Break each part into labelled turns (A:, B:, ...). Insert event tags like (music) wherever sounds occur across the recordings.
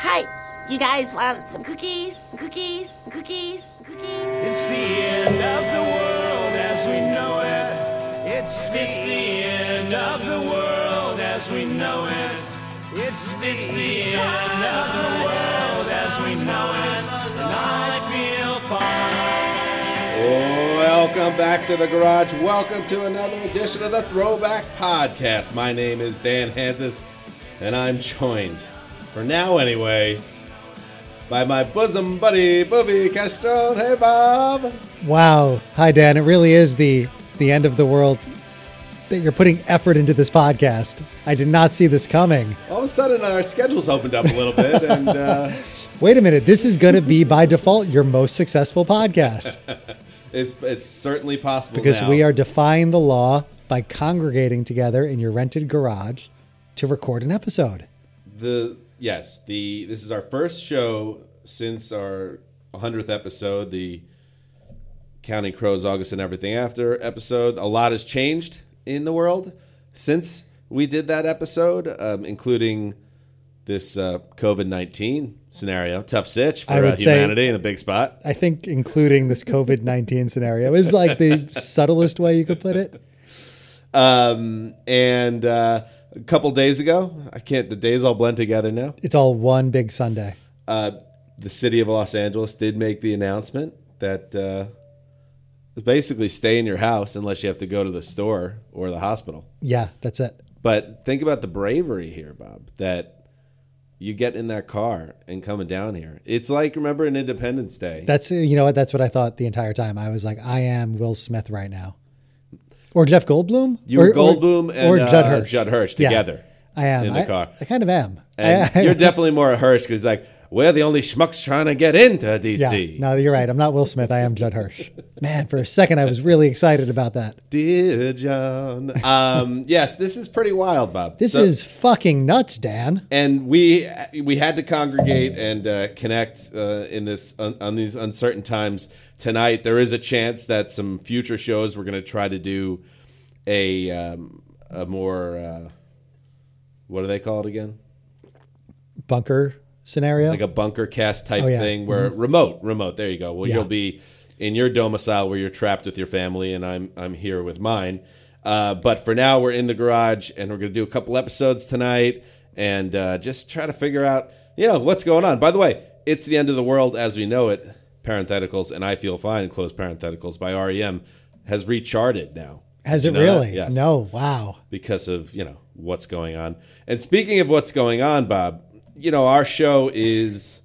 A: Hey, you guys want some cookies? Cookies? Cookies? Cookies?
B: It's the end of the world as we know it. It's the, it's the end of the world as we know it. It's the, it's the end of the world as we know it. And I feel fine.
C: Welcome back to the garage. Welcome to another edition of the Throwback Podcast. My name is Dan Hansis, and I'm joined, for now anyway, by my bosom buddy, Bobby Castron. Hey, Bob.
D: Wow. Hi, Dan. It really is the the end of the world that you're putting effort into this podcast. I did not see this coming.
C: All of a sudden, our schedules opened up a little
D: (laughs)
C: bit, and uh,
D: Wait a minute. This is going to be by default your most successful podcast
C: it's it's certainly possible
D: because
C: now.
D: we are defying the law by congregating together in your rented garage to record an episode.
C: the yes the this is our first show since our 100th episode the counting crows august and everything after episode a lot has changed in the world since we did that episode um, including this uh, covid-19 scenario tough sitch for
D: I would
C: uh,
D: say-
C: humanity in a big spot
D: I think including this COVID 19 scenario is like the subtlest way you could put it.
C: um, and uh, a couple days ago i can't the days all blend together now
D: It's all one big Sunday.
C: uh, the city of Los Angeles did make the announcement that uh, basically stay in your house unless you have to go to the store or the hospital.
D: Yeah, that's it.
C: But think about the bravery here, Bob, that you get in that car and coming down here. It's like, remember, an Independence Day.
D: That's you know what that's what I thought the entire time. I was like, I am Will Smith right now, or Jeff Goldblum,
C: you were
D: Or- or-
C: Goldblum and uh, Judd Hirsch
D: Yeah,
C: together.
D: I am
C: in the
D: I-
C: car.
D: I kind of am.
C: And
D: I- I- (laughs)
C: you're definitely more a Hirsch because, like, we're the only schmucks trying to get into DC.
D: yeah, no, you're right. I'm not Will Smith. I am
C: (laughs)
D: Judd Hirsch. Man, for a second, I was really excited about that.
C: Dear John. Um, (laughs) yes, this is pretty wild, Bob.
D: This
C: So-
D: is fucking nuts, Dan.
C: and we we had to congregate and uh, connect uh, in this on, on these uncertain times tonight. There is a chance that some future shows we're going to try to do a um, a more uh, what do they call it again?
D: Bunker scenario.
C: Like a bunker cast type
D: Oh, yeah.
C: thing where remote, remote. There you go. Well,
D: Yeah.
C: you'll be in your domicile where you're trapped with your family, and I'm I'm here with mine. Uh, but for now, we're in the garage, and we're going to do a couple episodes tonight, and uh, just try to figure out, you know, what's going on. By the way, it's the end of the world as we know it. Parentheticals and I feel fine. Close parentheticals by REM has recharted now
D: Has it
C: know that?
D: really?
C: Yes
D: No. Wow.
C: because of you know what's going on. And speaking of what's going on, Bob, you know our show is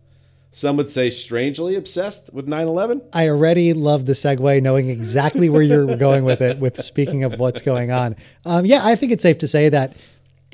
C: some would say strangely obsessed with 9/11.
D: I already love the segue, knowing exactly where you're going with it. With speaking of what's going on, um, yeah, I think it's safe to say that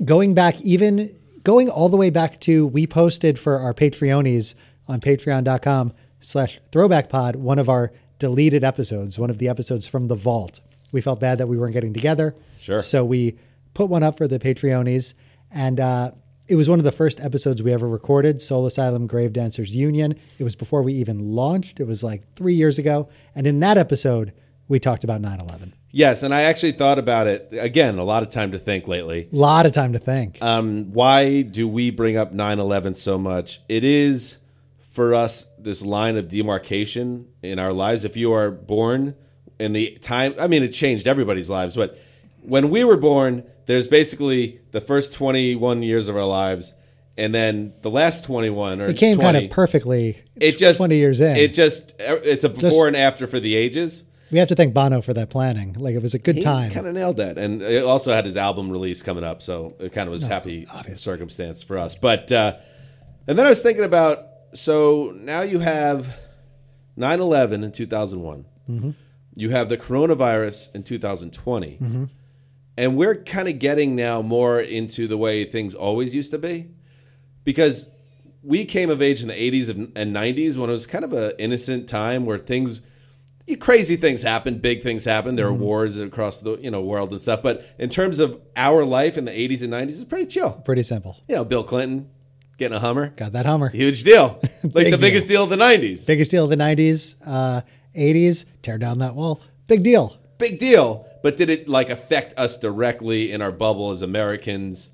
D: going back, even going all the way back to we posted for our Patreonies on Patreon.com/slash Throwback Pod one of our deleted episodes, one of the episodes from the vault. We felt bad that we weren't getting together,
C: Sure.
D: So we put one up for the Patreonies, and uh, it was one of the first episodes we ever recorded, Soul Asylum Grave Dancers Union. It was before we even launched. It was like three years ago. And in that episode, we talked about 9 11.
C: Yes, and I actually thought about it again. A lot of time to think lately.
D: A lot of time to think.
C: Um, why do we bring up 9/11 so much? It is for us this line of demarcation in our lives. If you are born in the time, I mean, it changed everybody's lives, but when we were born, there's basically the first 21 years of our lives, and then the last 21 or
D: it came kind
C: 20,
D: of perfectly
C: It just
D: 20 years in.
C: It just it's a before and after for the ages.
D: we have to thank Bono for that planning. Like it was a good time.
C: Kind of nailed that, and it also had his album release coming up, so it kind of was happy circumstance for us. But uh, and then I was thinking about so now you have 9/11 in 2001, you have the coronavirus in 2020, and we're kind of getting now more into the way things always used to be because we came of age in the 80s and and 90s when it was kind of an innocent time where things crazy things happened big things happened there were
D: Mm-hmm.
C: wars across the you know world and stuff but in terms of our life in the 80s and 90s it's pretty chill
D: Pretty simple.
C: you know bill clinton getting a hummer
D: Got that Hummer.
C: huge
D: (laughs)
C: deal like the
D: deal.
C: biggest deal of the 90s
D: Biggest deal of the 90s, uh, 80s, tear down that wall. Big deal.
C: big deal but did it like affect us directly in our bubble as americans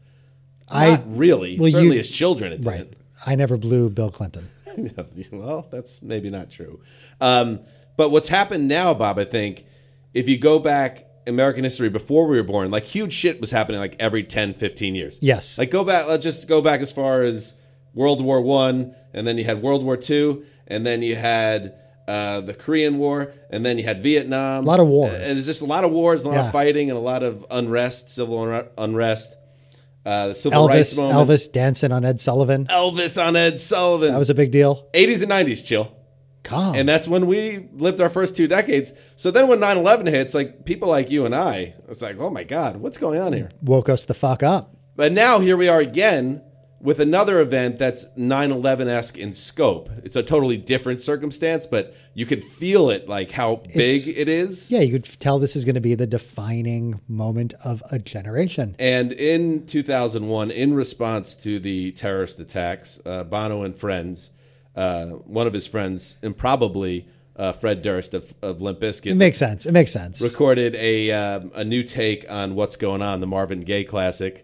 D: I-
C: Not really
D: well,
C: certainly
D: you-
C: as children it didn't
D: Right. I never blew Bill Clinton.
C: (laughs) well, that's maybe not true. Um, but what's happened now, Bob, I think, if you go back American history before we were born, like huge shit was happening like every 10, 15 years.
D: Yes.
C: Like go back, let's just go back as far as World War One, and then you had World War Two, and then you had uh, the Korean War, and then you had Vietnam.
D: A lot of wars.
C: And it's just a lot of wars, a lot
D: Yeah.
C: of fighting, and a lot of unrest, civil unre- unrest. Uh, the civil rights
D: Elvis,
C: moment.
D: Elvis dancing on Ed Sullivan.
C: Elvis on Ed Sullivan.
D: That was a big deal.
C: 80s and 90s, chill.
D: Calm.
C: And that's when we lived our first two decades. So then when 9 11 hits, like people like you and I, it's like, oh my God, what's going on here?
D: Woke us the fuck up.
C: But now here we are again with another event that's 9 11 esque in scope. It's a totally different circumstance, but you could feel it, like how big
D: It's-
C: it is.
D: Yeah, you could tell this is going to be the defining moment of a generation.
C: And in 2001, in response to the terrorist attacks, uh, Bono and friends, uh, one of his friends, improbably uh, Fred Durst of, of Limp Bizkit,
D: It makes sense. It makes sense.
C: recorded a um, a new take on what's going on, the Marvin Gaye classic,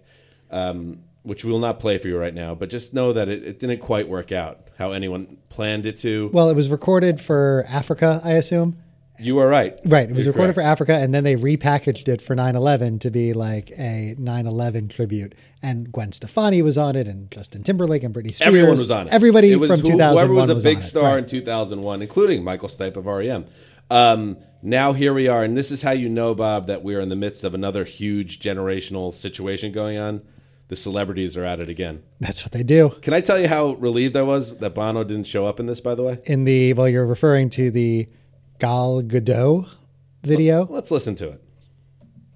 C: um, which we will not play for you right now. But just know that it, it didn't quite work out how anyone planned it to.
D: well, it was recorded for Africa, I assume.
C: you were right.
D: Right. It was
C: You're
D: recorded for
C: correct.
D: Africa, and then they repackaged it for 9 11 to be like a 9 11 tribute. And Gwen Stefani was on it, and Justin Timberlake and Britney Spears.
C: Everyone was on it.
D: Everybody
C: it was
D: from
C: who-
D: 2001
C: Whoever was a
D: on
C: big
D: it.
C: star in 2001, including Michael Stipe of REM. Um, now here we are, and this is how you know, Bob, that we are in the midst of another huge generational situation going on. The celebrities are at it again.
D: That's what they do.
C: Can I tell you how relieved I was that Bono didn't show up in this? By the way,
D: In the, well, you're referring to the Gal Gadot video.
C: let's listen to it.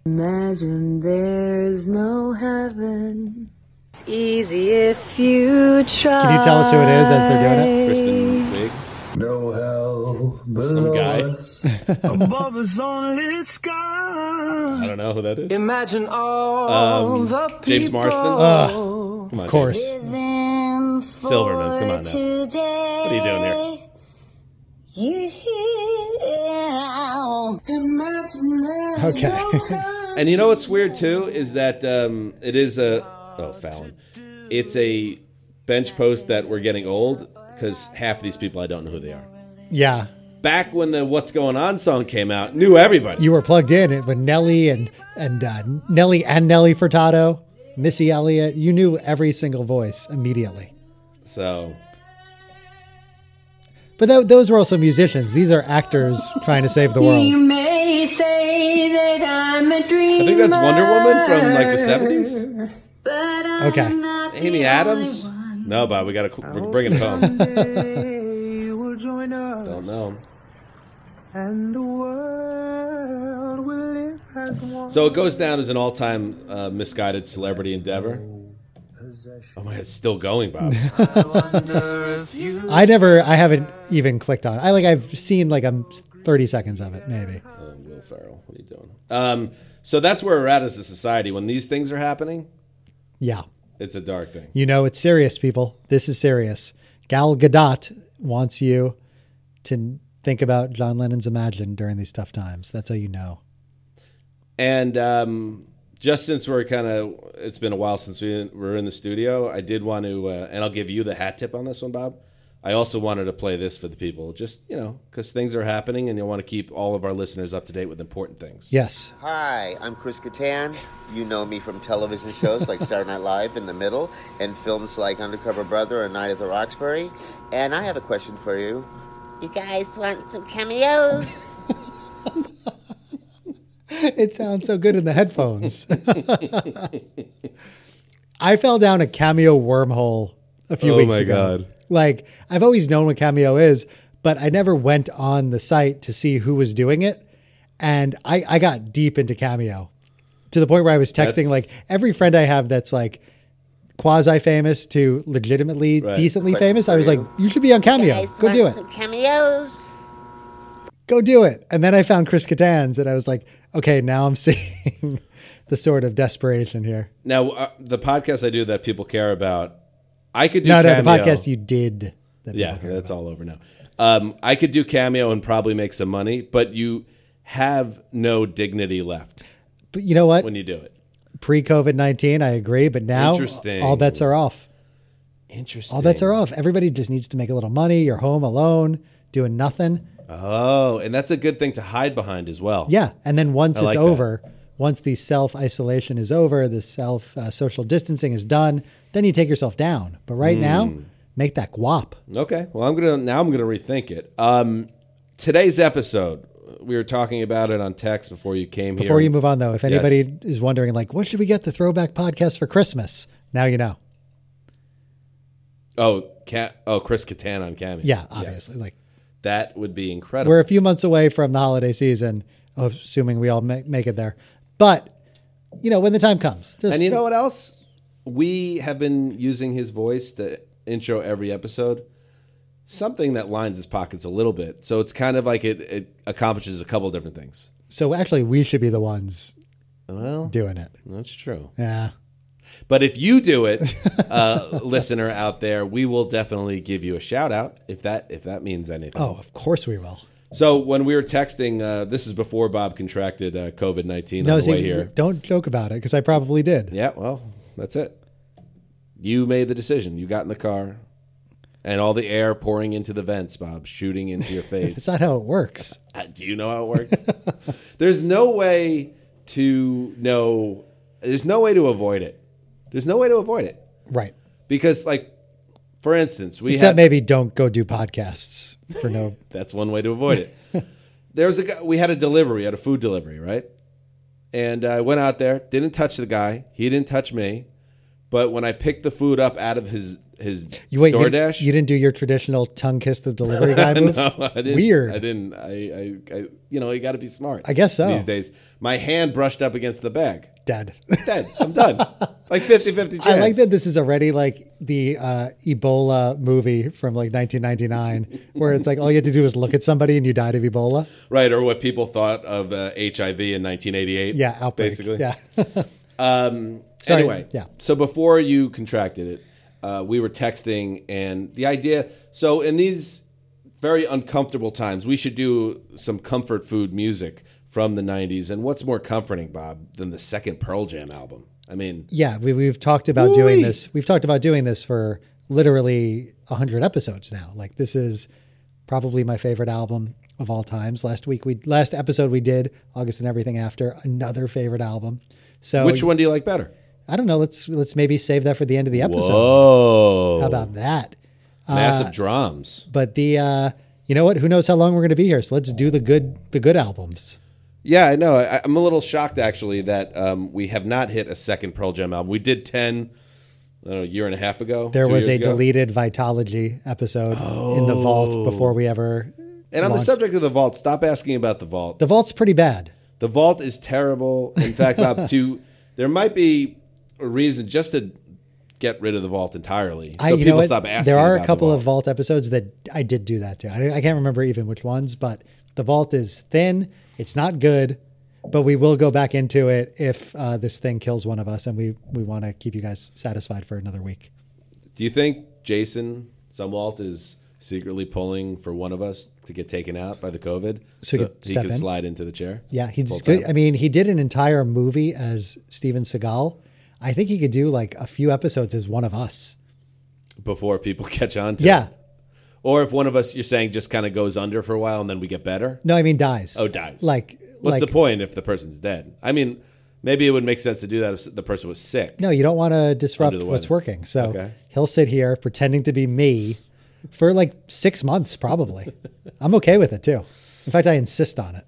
E: Imagine there's no heaven. It's easy if you try.
D: Can you tell us who it is as they're doing it?
C: Kristen Wiig,
F: No hell
C: some
F: below
C: guy.
F: us.
B: Above us only sky.
C: I don't know who that is.
G: Imagine all
C: Um,
G: the
C: James
G: people.
C: Marsden?
G: Ugh.
C: Come on,
D: Of course.
C: Silverman, come on now. What are you doing here?
G: Imagine there's
D: Okay.
C: (laughs)
G: no
C: And you know what's weird too is that um, it is a oh Fallon, it's a bench post that we're getting old because half of these people I don't know who they are.
D: Yeah.
C: Back when the "What's Going On" song came out, knew everybody.
D: You were plugged in with Nelly and, and uh, Nelly and Nelly Furtado, Missy Elliott. You knew every single voice immediately.
C: so
D: But tho- those were also musicians. These are actors trying to save the
E: You
D: world.
E: may say that I'm a dreamer.
C: I think that's Wonder Woman from like the seventies.
E: But I'm
D: Okay.
E: not the
C: Amy
E: only
C: Adams.
E: one.
C: No, Bob, we got to we're bringing it home.
B: They will join us,
C: don't know.
B: and the world will live as one.
C: So it goes down as an all-time uh, misguided celebrity endeavor. Oh my god, it's still
B: (laughs)
C: going, Bob.
D: I never, I haven't even clicked on. it. I like, I've seen like um, 30 seconds of it, maybe.
C: Um, Will Ferrell, what are you doing? Um, so that's where we're at as a society. When these things are happening,
D: Yeah.
C: it's a dark thing.
D: You know, it's serious, people. This is serious. Gal Gadot wants you to think about John Lennon's Imagine during these tough times. That's how you know.
C: And um, just since we're kind of, it's been a while since we were in the studio. I did want to, uh, and I'll give you the hat tip on this one, Bob. I also wanted to play this for the people, just you know, because things are happening, and you want to keep all of our listeners up to date with important things.
D: Yes.
H: Hi, I'm Chris Kattan. You know me from television shows like Saturday Night Live in the middle and films like Undercover Brother and Night at the Roxbury. And I have a question for you.
A: You guys want some cameos?
D: (laughs) It sounds so good in the headphones. (laughs) I fell down a cameo wormhole a few
C: Oh
D: weeks
C: my
D: ago.
C: God.
D: Like I've always known what cameo is, but I never went on the site to see who was doing it. And I, I got deep into cameo to the point where I was texting
C: That's-
D: like every friend I have that's like quasi famous to legitimately
C: Right.
D: decently
H: Question
D: famous. I
H: for
D: was like,
H: you.
D: you should be on
A: You
D: cameo.
A: guys
D: Go
A: want
D: do it.
A: some cameos?
D: Go do it. And then I found Chris Kattan's and I was like, okay, now I'm (laughs) seeing the sort of desperation here.
C: Now, uh, the podcast I do that people care about, I could do
D: No, no, the
C: cameo.
D: podcast you did. That
C: yeah,
D: people care
C: that's
D: about.
C: all over now. Um, I could do cameo and probably make some money, but you have no dignity left
D: But you know what?
C: when you do it.
D: Pre COVID 19, I agree. But now
C: Interesting.
D: all bets are off.
C: Interesting.
D: All bets are off. Everybody just needs to make a little money. You're home alone, doing nothing.
C: Oh, and that's a good thing to hide behind as well.
D: Yeah. And then once
C: I
D: it's
C: like that.
D: over, once the self isolation is over, the self uh, social distancing is done, then you take yourself down. But right now,
C: Hmm.
D: make that guap.
C: Okay. Well, I'm gonna now. I'm gonna rethink it. Um, today's episode, we were talking about it on text before you came here.
D: Before you move on, though, if
C: Yes.
D: anybody is wondering, like, what should we get the throwback podcast for Christmas? Now you know.
C: Oh, Ca- oh, Chris Kattan on Cameo.
D: Yeah, obviously. Like,
C: that would be incredible.
D: we're a few months away from the holiday season, assuming we all ma- make it there. But, you know, when the time comes, just,
C: and you know what else? We have been using his voice to intro every episode. Something that lines his pockets a little bit, so it's kind of like it, it accomplishes a couple different things.
D: so actually, we should be the ones
C: Well,
D: doing it.
C: that's true.
D: Yeah.
C: But if you do it,
D: (laughs)
C: uh, listener out there, we will definitely give you a shout out if that if that means anything.
D: Oh, of course we will.
C: So when we were texting, uh, this is before Bob contracted uh, COVID nineteen on
D: No,
C: the
D: see,
C: way here.
D: don't joke about it because I probably did.
C: Yeah, well, that's it. You made the decision. You got in the car, and all the air pouring into the vents, Bob, shooting into
D: (laughs)
C: your face.
D: That's not how it works.
C: Uh, Do you know how it works? (laughs) there's no way to know. There's no way to avoid it. There's no way to avoid it
D: Right.
C: because, like, for instance, we
D: Except
C: had
D: maybe don't go do podcasts for no.
C: That's one way to avoid
D: (laughs)
C: it. there was a guy, we had a delivery, had a food delivery, right? And I went out there, didn't touch the guy, he didn't touch me, but when I picked the food up out of his his
D: You wait. You,
C: DoorDash, (laughs)
D: didn't- you didn't do your traditional tongue kiss the delivery guy move.
C: I didn't,
D: Weird.
C: I didn't. I, I, I you know, you got to be smart.
D: I guess so.
C: These days, my hand brushed up against the bag.
D: Dead. (laughs)
C: Dead. I'm done. like 50-50 chance.
D: I like that this is already like the uh, Ebola movie from like 1999, where it's like all you had to do was look at somebody and you died of Ebola.
C: Right, or what people thought of uh, HIV in 1988.
D: Yeah, outbreak.
C: Basically.
D: Yeah. Sorry,
C: anyway,
D: yeah.
C: So before you contracted it, uh, we were texting, and the idea. So in these very uncomfortable times, we should do some comfort food music from the '90s. And what's more comforting, Bob, than the second Pearl Jam album? I mean,
D: Yeah, we, we've talked about doing
C: Woo-wee.
D: this. We've talked about doing this for literally 100 episodes now. Like this is probably my favorite album of all times. Last week we last episode we did August and everything after another favorite album. So
C: which one do you like better?
D: I don't know, let's let's maybe save that for the end of the episode.
C: Whoa!
D: How about that? uh,
C: massive drums?
D: But the uh you know what? Who knows how long we're going to be here? So let's do the good the good albums.
C: Yeah, I know. I, I'm a little shocked actually that um, we have not hit a second Pearl Jam album. We did ten. I don't know, a year and a half ago.
D: There
C: two
D: was
C: years
D: a
C: ago. Oh.
D: deleted Vitology episode in the vault before we ever
C: And on the subject of the vault, stop asking about the vault.
D: The vault's pretty bad.
C: The vault is terrible. In fact, Bob,
D: (laughs)
C: to there might be a reason just to get rid of the vault entirely, so
D: I, you know
C: people
D: what?
C: stop asking.
D: There are
C: about
D: a
C: the
D: couple of
C: vault.
D: Vault episodes that I did do that too. I, I can't remember even which ones, but the Vault is thin. It's not good, but we will go back into it if uh, this thing kills one of us, and we we want to keep you guys satisfied for another week.
C: Do you think Jason Sumwalt is secretly pulling for one of us to get taken out by the COVID,
D: So he could
C: he
D: step
C: can
D: in?
C: slide into the chair?
D: Yeah, he's
C: full
D: good.
C: time?
D: I mean, he did an entire movie as Steven Seagal. I think he could do like a few episodes as one of us.
C: before people (laughs) catch on to.
D: Yeah.
C: it. Or if one of us, you're saying, just kind of goes under for a while and then we get better.
D: No, I mean dies.
C: Oh, dies.
D: Like
C: What's
D: like,
C: the point if the person's dead? I mean, maybe it would make sense to do that if the person was sick.
D: No, you don't want to disrupt
C: Under the
D: what's
C: weather.
D: working. So
C: Okay.
D: he'll sit here pretending to be me for like six
C: (laughs)
D: months, probably. I'm okay with it too. In fact, I insist on it.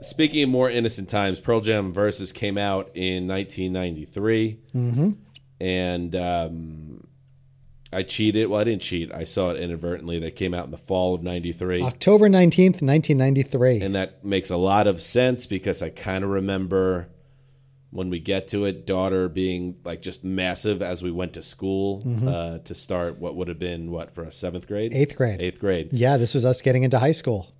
C: Speaking of more innocent times, Pearl Jam Versus came out in 1993. Mm-hmm. And um, I cheated. Well, I didn't cheat. I saw it inadvertently. That came out in the fall of 93.
D: October 19th, 1993.
C: And that makes a lot of sense because I kind of remember when we get to it, daughter being like just massive as we went to school uh, to start what would have been what for us, seventh grade?
D: Mm-hmm. Eighth grade.
C: Eighth grade.
D: yeah, this was us getting into high school.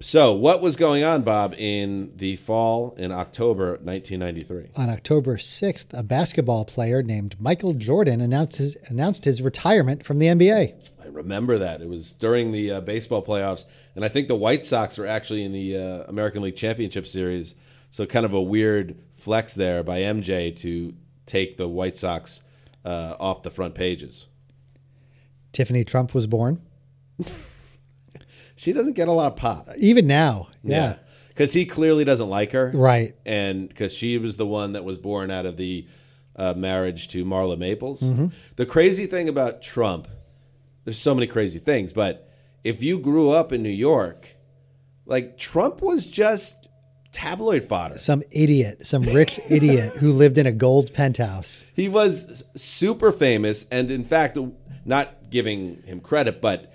C: So, what was going on, Bob, in the fall in October 1993?
D: On October 6th, a basketball player named Michael Jordan announced his, announced his retirement from the NBA.
C: I remember that it was during the uh, baseball playoffs, and I think the White Sox were actually in the uh, American League Championship Series. So kind of a weird flex there by MJ to take the White Sox uh, off the front pages.
D: Tiffany Trump was born.
C: She doesn't get a lot of pop.
D: Even now, yeah,
C: Because he clearly doesn't like her.
D: Right.
C: And because she was the one that was born out of the uh, marriage to Marla Maples. The crazy thing about Trump, there's so many crazy things, but if you grew up in New York, like Trump was just tabloid fodder.
D: some idiot,
C: (laughs)
D: some rich idiot who lived in a gold penthouse.
C: He was super famous, and in fact, not giving him credit, but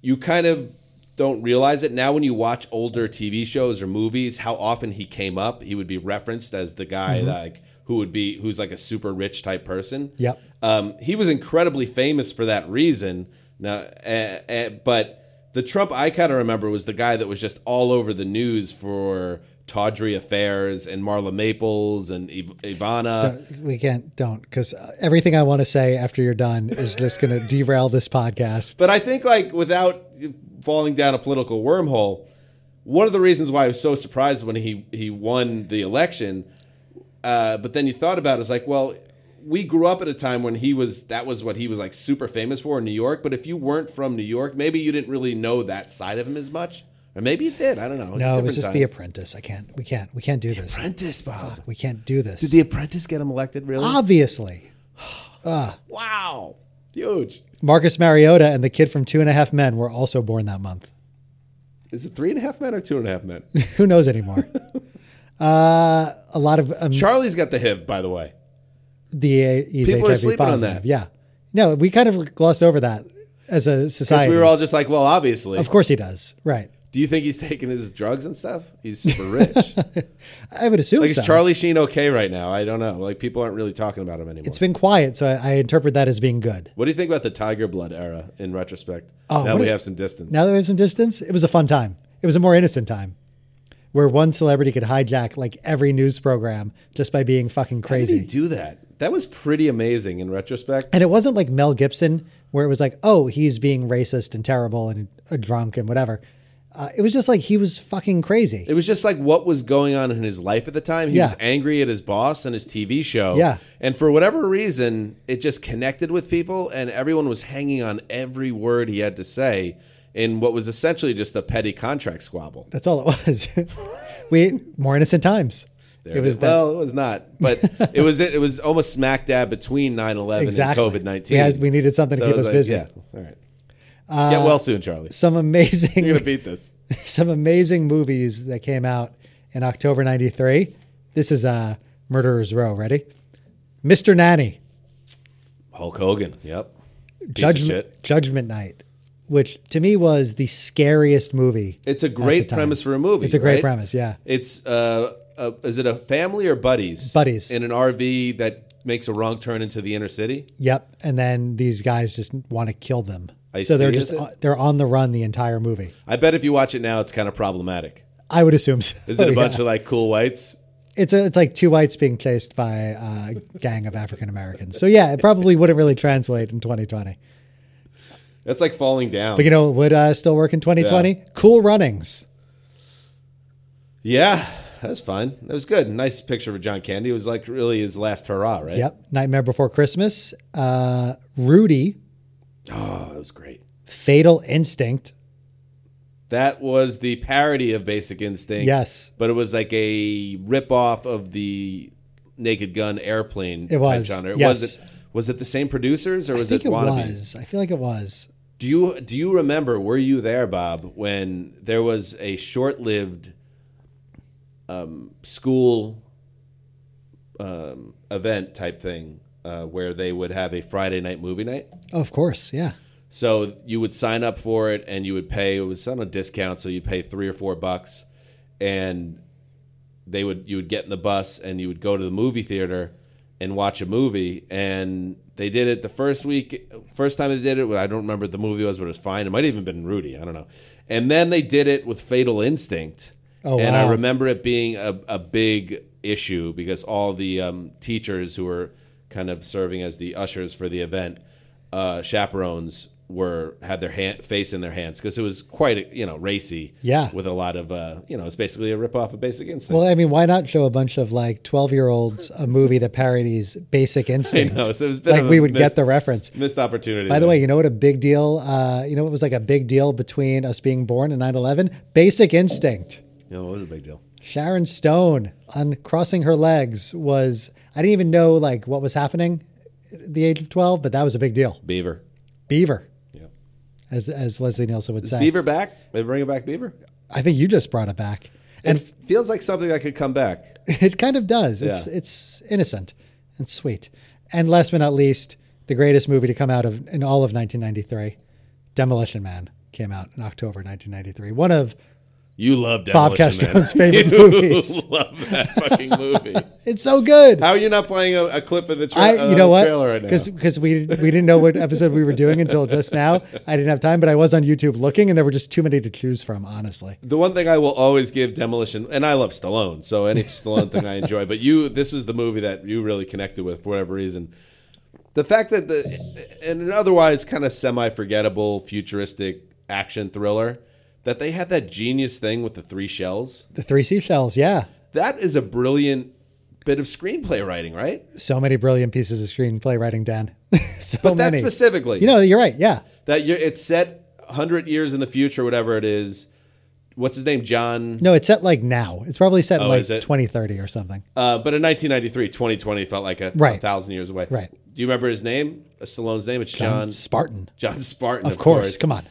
C: you kind of don't realize it now when you watch older TV shows or movies. How often he came up, he would be referenced as the guy like who would be who's like a super rich type person.
D: Yep.
C: Um, he was incredibly famous for that reason. Now, eh, eh, but the Trump I kind of remember was the guy that was just all over the news for tawdry affairs and Marla Maples and Iv- Ivana.
D: Don't- we can't don't because everything I want to say after you're done is just going to derail this podcast.
C: But I think, like, without falling down a political wormhole, one of the reasons why I was so surprised when he he won the election, uh, but then you thought about it, it's like, well, we grew up at a time when he was that was what he was like super famous for in New York. But if you weren't from New York, maybe you didn't really know that side of him as much, or maybe you did. I don't know. It was a
D: No, it
C: different
D: was just
C: time.
D: The Apprentice. I can't. We can't. We can't do this.
C: Apprentice, Bob.
D: We can't do this.
C: Did The Apprentice get him elected? Really?
D: Obviously,
C: wow, huge.
D: Marcus Mariota and the kid from Two and a Half Men were also born that month. (laughs)
C: Is it three and a half men or two and a half men?
D: Who
C: (laughs)
D: knows anymore? uh, a lot of um,
C: Charlie's got the HIV, by the way.
D: the uh, he's
C: People are
D: HIV
C: sleeping on
D: positive.
C: that.
D: Yeah. No, we kind of glossed over that as a
C: Because
D: society.
C: we were all just like, well, obviously.
D: of course, he does. Right.
C: Do you think he's taking his drugs and stuff? He's super rich.
D: (laughs)
C: like,
D: I would assume
C: is
D: so.
C: Charlie Sheen okay right now? I don't know. Like, people aren't really talking about him anymore.
D: It's been quiet, so I, I interpret that as being good.
C: what do you think about the Tiger Blood era in retrospect?
D: Oh,
C: now
D: what
C: we
D: a-
C: have some distance.
D: Now that we have some distance, it was a fun time. It was a more innocent time, where one celebrity could hijack like every news program just by being fucking
C: How did he
D: crazy.
C: do that? That was pretty amazing in retrospect.
D: and it wasn't like Mel Gibson, where it was like, oh, he's being racist and terrible and a drunk and whatever. Uh, it was just like he was fucking crazy.
C: It was just like what was going on in his life at the time. He
D: Yeah.
C: was angry at his boss and his TV show.
D: Yeah.
C: And for whatever reason, it just connected with people, and everyone was hanging on every word he had to say in what was essentially just a petty contract squabble.
D: That's all it was. (laughs) we more innocent times.
C: There
D: it was that
C: well, it was not, but it was it was almost smack dab between 9-11
D: exactly
C: and COVID nineteen.
D: We, had, we needed something to keep us busy.
C: Yeah, all right. Get well soon, Charlie.
D: Some amazing
C: You're gonna beat this.
D: (laughs) some amazing movies that came out in October 93. This is uh, Murderer's Row. Ready? Mr. Nanny,
C: Hulk Hogan. Yep. Piece of
D: Judgment,
C: shit.
D: Judgment Night, which to me was the scariest movie.
C: It's a great
D: time.
C: premise for a movie.
D: It's a great
C: right?
D: premise, yeah.
C: It's uh, uh, is it a family or buddies?
D: Buddies.
C: in an RV that makes a wrong turn into the inner city.
D: Yep. And then these guys just want to kill them.
C: I
D: so they're
C: see,
D: just
C: is it?
D: they're on the run the entire movie.
C: I bet if you watch it now, it's kind of problematic.
D: I would assume. So.
C: Is it a
D: (laughs) Oh, Yeah.
C: bunch of like cool whites?
D: It's a, it's like two whites being chased by a gang of African Americans. So yeah, it probably wouldn't really translate in 2020.
C: That's like falling down.
D: But you know, it would uh, still work in 2020. Cool Runnings.
C: Yeah, that was fun. That was good. Nice picture of John Candy. It was like really his last hurrah, right?
D: Yep. Nightmare Before Christmas. Uh, Rudy.
C: Oh, that was great.
D: Fatal Instinct.
C: That was the parody of Basic Instinct.
D: Yes.
C: But it was like a ripoff of the Naked Gun airplane
D: It was,
C: type genre. It
D: yes.
C: was it was it the same producers or was
D: I think
C: it
D: it
C: wannabe?
D: was. I feel like it was.
C: Do you do you remember? Were you there, Bob, when there was a short-lived um, school um, event type thing uh, where they would have a Friday night movie night?
D: Oh, of course. Yeah.
C: So you would sign up for it, and you would pay. It was on a discount, so you'd pay three or four bucks, and they would you would get in the bus and you would go to the movie theater and watch a movie. And they did it the first week, first time they did it. I don't remember what the movie was, but it was fine. It might have even been Rudy. I don't know. And then they did it with Fatal Instinct.
D: Oh,
C: and I
D: wow.
C: remember it being a, a big issue because all the um, teachers who were kind of serving as the ushers for the event, uh, chaperones, were had their hand, face in their hands because it was quite you know racy.
D: Yeah.
C: with a lot of uh, you know, it's basically a rip off of Basic Instinct.
D: Well, I mean, why not show a bunch of like 12 year olds a movie that parodies
C: (laughs)
D: Basic Instinct?
C: know, so it's a bit
D: like
C: of
D: we
C: a
D: would
C: missed-
D: get the reference.
C: Missed opportunity.
D: By the
C: there.
D: way, you know what a big deal? Uh, you know what was like a big deal between us being born and 9 11? Basic Instinct.
C: you know, it was a big deal.
D: Sharon Stone on crossing her legs was, I didn't even know like what was happening at the age of 12, but that was a big deal.
C: Beaver.
D: Beaver,
C: Yeah.
D: as, as Leslie Nielsen would say.
C: Beaver back? They bringing back Beaver?
D: I think you just brought it back.
C: It
D: And
C: feels like something that could come back.
D: (laughs) It kind of does. It's
C: Yeah.
D: it's innocent and sweet. And last but not least, the greatest movie to come out of in all of 1993, Demolition Man came out in October 1993. One of
C: You love
D: Bob
C: Demolition Man.
D: Castrone's
C: (laughs)
D: favorite
C: you
D: movies.
C: love that fucking movie.
D: it's so good.
C: How are you not playing a, a clip of the, tra-
D: I
C: of
D: you know
C: the
D: what?
C: trailer right now?
D: Because we we didn't know what episode we were doing until just now. I didn't have time, but I was on YouTube looking, and there were just too many to choose from. Honestly,
C: The one thing I will always give Demolition, and I love Stallone, so any Stallone thing I enjoy. But you, this was the movie that you really connected with for whatever reason. The fact that the in an otherwise kind of semi forgettable futuristic action thriller that they had that genius thing with the three shells.
D: the three seashells. Yeah,
C: That is a brilliant bit of screenplay writing, right?
D: so many brilliant pieces of screenplay writing, Dan. (laughs) so
C: But that
D: many.
C: specifically,
D: You know, you're right. Yeah.
C: that you're, it's set hundred years in the future, whatever it is. What's his name? John.
D: No, it's set like now. It's probably set in
C: Oh,
D: like
C: is it?
D: 2030 or something.
C: Uh, but in 1993, 2020 felt like a,
D: Right.
C: a thousand years away.
D: Right.
C: Do you remember his name? Uh, Stallone's name? It's John. Uh,
D: Um, Spartan.
C: John Spartan.
D: Of, course. Come on.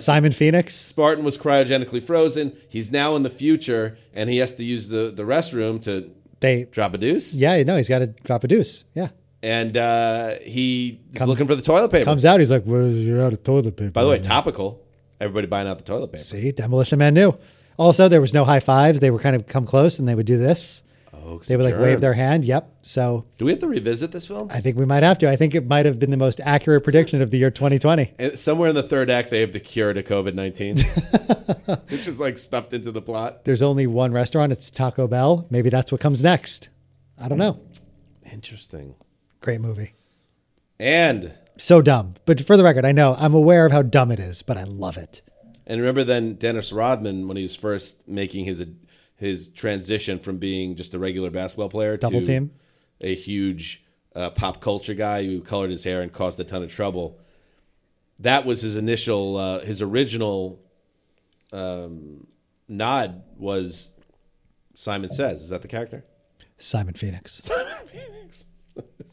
D: Simon Phoenix.
C: Spartan was cryogenically frozen. He's now in the future, and he has to use the the restroom to
D: They,
C: drop a deuce.
D: yeah, no, he's got to drop a deuce. Yeah.
C: And uh, he's looking for the toilet paper.
D: Comes Mm-hmm. out. He's like, well, you're out of toilet paper.
C: By the way, topical. Everybody buying out the toilet paper.
D: See, Demolition Man knew. Also, there was no high fives. They were kind of come close and they would do this.
C: Oh,
D: They would like wave their
C: germs.
D: hand. Yep. So
C: Do we have to revisit this film?
D: I think we might have to. I think it might have been the most accurate prediction of the year 2020.
C: And Uh, Somewhere in the third act, they have the cure to COVID 19,
D: (laughs)
C: which is like stuffed into the plot.
D: There's only one restaurant. It's Taco Bell. Maybe that's what comes next. I don't know.
C: Interesting.
D: Great movie.
C: And
D: So dumb. But for the record, I know I'm aware of how dumb it is, but I love it.
C: And remember then Dennis Rodman when he was first making his his transition from being just a regular basketball player
D: Double
C: to
D: team.
C: a huge uh, pop culture guy who colored his hair and caused a ton of trouble. That was his initial uh, his original um, nod was Simon Says. Is that the character? (laughs)
D: Simon Phoenix.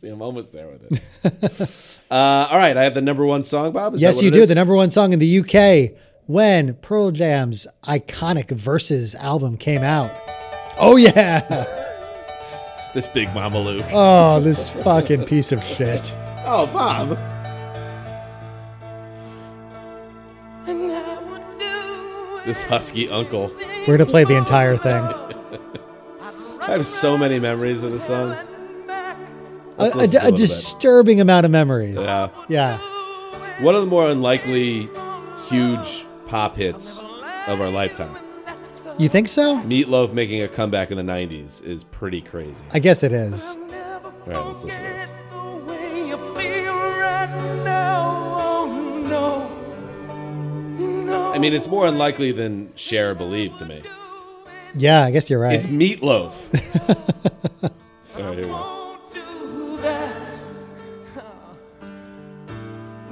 C: See, I'm almost there with it.
D: (laughs)
C: uh, all right, I have the number one song, Bob. Is that
D: yes,
C: what
D: you
C: it
D: do.
C: is?
D: The number one song in the UK when Pearl Jam's iconic Versus album came out. Oh, yeah.
C: this big Mama Luke.
D: Oh, this fucking piece of shit.
C: oh, Bob.
G: And I would do
C: This husky uncle.
D: We're going to play the entire thing.
C: I have so many memories of this song.
D: A,
C: Let's
D: a-
C: listen to
D: a
C: little bit.
D: disturbing amount of memories.
C: Yeah.
D: Yeah.
C: One of the more unlikely huge pop hits of our lifetime.
D: You think so?
C: Meatloaf making a comeback in the 90s is pretty crazy.
D: I guess it is.
C: All right, let's listen to this.
G: the way you feel right now. Oh, no.
C: I mean, it's more unlikely than Cher believed to me.
D: Yeah, I guess you're right.
C: It's
D: (laughs)
C: Meatloaf. All right, here we go.
G: Won't do that. (laughs)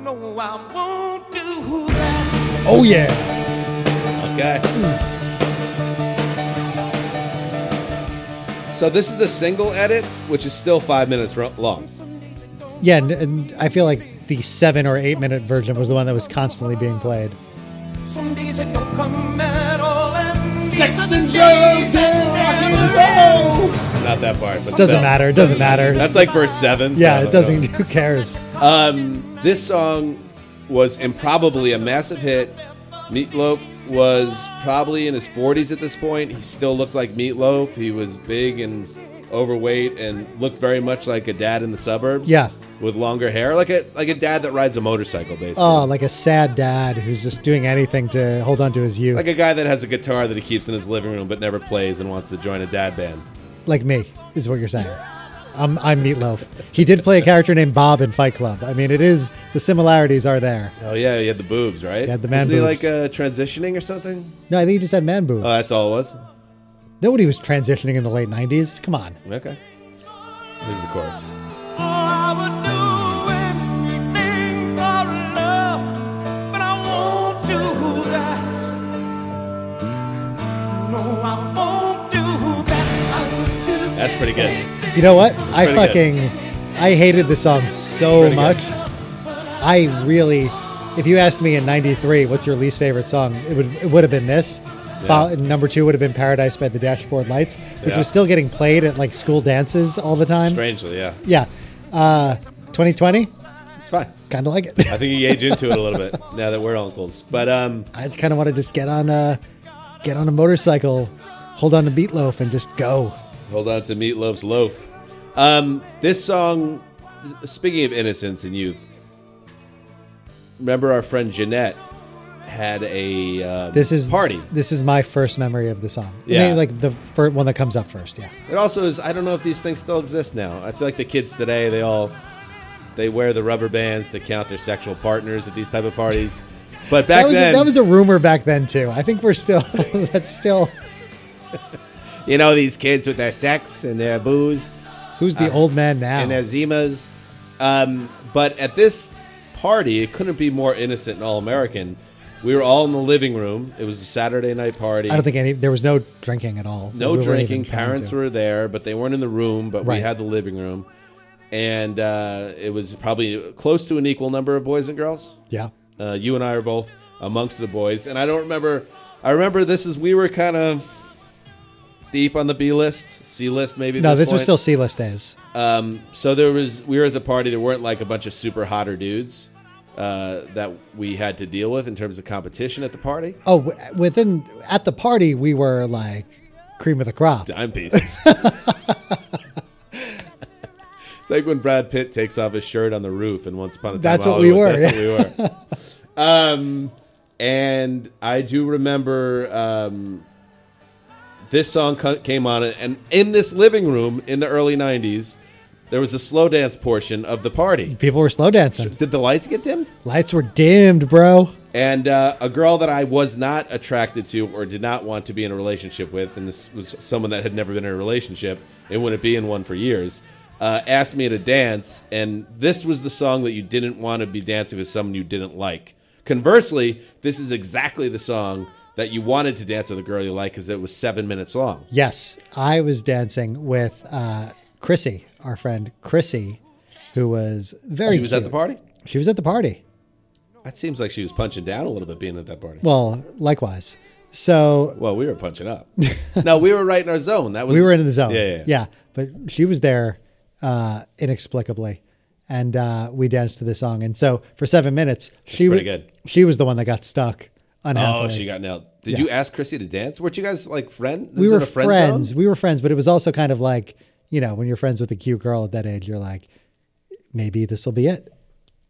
G: No, I won't do that.
D: oh, yeah.
C: Okay. So this is the single edit, which is still five minutes ro- long.
D: Yeah, and, and I feel like the seven or eight minute version was the one that was constantly being played.
G: Some days it don't come at all. And
C: Sex and drugs and rock and roll. Not that part, but
D: Doesn't
C: still.
D: matter. It doesn't matter.
C: That's like verse seven. so I
D: yeah,
C: don't
D: it doesn't.
C: know.
D: (laughs) Who cares? (laughs)
C: Um, this song was improbably a massive hit. Meatloaf was probably in his 40s at this point. He still looked like Meatloaf. He was big and overweight and looked very much like a dad in the suburbs.
D: Yeah.
C: With longer hair, like a like a dad that rides a motorcycle, basically.
D: Oh, like a sad dad who's just doing anything to hold on to his youth.
C: like
D: Like,
C: a guy that has a guitar that he keeps in his living room but never plays and wants to join a dad band.
D: me, is what you're saying. I'm, I'm Meatloaf. He did play a character named Bob in Fight Club. I mean, it is the similarities are there.
C: Oh yeah, he had the boobs, right?
D: He had the man
C: Wasn't
D: boobs.
C: he like uh, transitioning or something?
D: No, I think he just had man boobs.
C: Oh, that's all it was.
D: Nobody was transitioning in the late '90s. Come on.
C: Okay. Here's the chorus.
G: Oh, I would do anything for love, but I won't do that. No, I won't do that. I would do
C: That's pretty good.
D: You know what? I
C: pretty good.
D: fucking I hated the song so
C: Pretty
D: much.
C: good.
D: I really, if you asked me in '93, what's your least favorite song, it would it would have been this. Fol- number two would have been "Paradise" by the Dashboard Lights, which
C: Yeah.
D: was still getting played at like school dances all the time.
C: Strangely, yeah,
D: Yeah, uh, 2020,
C: it's fine.
D: kind of like it. (laughs)
C: I think you age into it a little bit now that we're uncles. But um,
D: I kind of want to just get on a get on a motorcycle, hold on to Beat Loaf, and just go.
C: hold on to Meatloaf's loaf. Um, this song, speaking of innocence and youth, remember our friend Jeanette had a um,
D: This is
C: party.
D: This is my first memory of the song. I mean,
C: Yeah.
D: like the first one that comes up first. Yeah.
C: It also is. I don't know if these things still exist now. I feel like the kids today they all they wear the rubber bands to count their sexual partners at these type of parties. But back
D: that was
C: then,
D: that was a rumor back then too. I think we're still (laughs) that's still
C: you know these kids with their sex and their booze.
D: who's the old man now?
C: Uh, and their Zimas. Um, but at this party, it couldn't be more innocent and all American. We were all in the living room. It was a Saturday night party.
D: I don't think any there was no drinking at all.
C: no
D: We weren't
C: drinking.
D: even trying
C: Parents
D: to.
C: were there, but they weren't in the room. But we
D: Right.
C: had the living room, and uh, it was probably close to an equal number of boys and girls.
D: yeah.
C: Uh, you and I are both amongst the boys, and I don't remember. I remember this is we were kind of deep on the B list, C list maybe. at
D: No, this was
C: point.
D: still C list days.
C: So there was we were at the party. There weren't like a bunch of super hotter dudes uh, that we had to deal with in terms of competition at the party.
D: Oh, w- within at the party we were like cream of the crop.
C: Dime
D: (laughs)
C: pieces. it's like when Brad Pitt takes off his shirt on the roof, and once upon a time,
D: That's what
C: Hollywood,
D: we were.
C: That's
D: (laughs)
C: what we were. um, and I do remember um, this song co- came on, and in this living room in the early '90s, there was a slow dance portion of the party.
D: People were slow dancing.
C: Did the lights get dimmed?
D: Lights were dimmed, bro.
C: and uh, a girl that I was not attracted to or did not want to be in a relationship with, and this was someone that had never been in a relationship and wouldn't be in one for years, uh, asked me to dance, and this was the song that you didn't want to be dancing with someone you didn't like. Conversely, this is exactly the song that you wanted to dance with a girl you like because it was seven minutes long.
D: Yes, I was dancing with uh, Chrissy, our friend Chrissy, who was very.
C: Oh, She was at
D: cute.
C: the party.
D: She was at the party.
C: That seems like she was punching down a little bit being at that party.
D: Well, likewise. So
C: Well, we were punching up. no, we were right in our zone. That was
D: we were in the zone.
C: Yeah, yeah, yeah.
D: But she was there uh, inexplicably, and uh, we danced to the song. And so for seven minutes, she was
C: pretty good.
D: she was the one that got stuck. Unhappily.
C: Oh, she got nailed. Did you ask Chrissy to dance? Weren't you guys like friend?
D: we
C: is it
D: were
C: a friend zone?
D: friends. We were friends, but it was also kind of like you know when you're friends with a cute girl at that age, you're like, maybe this will be it.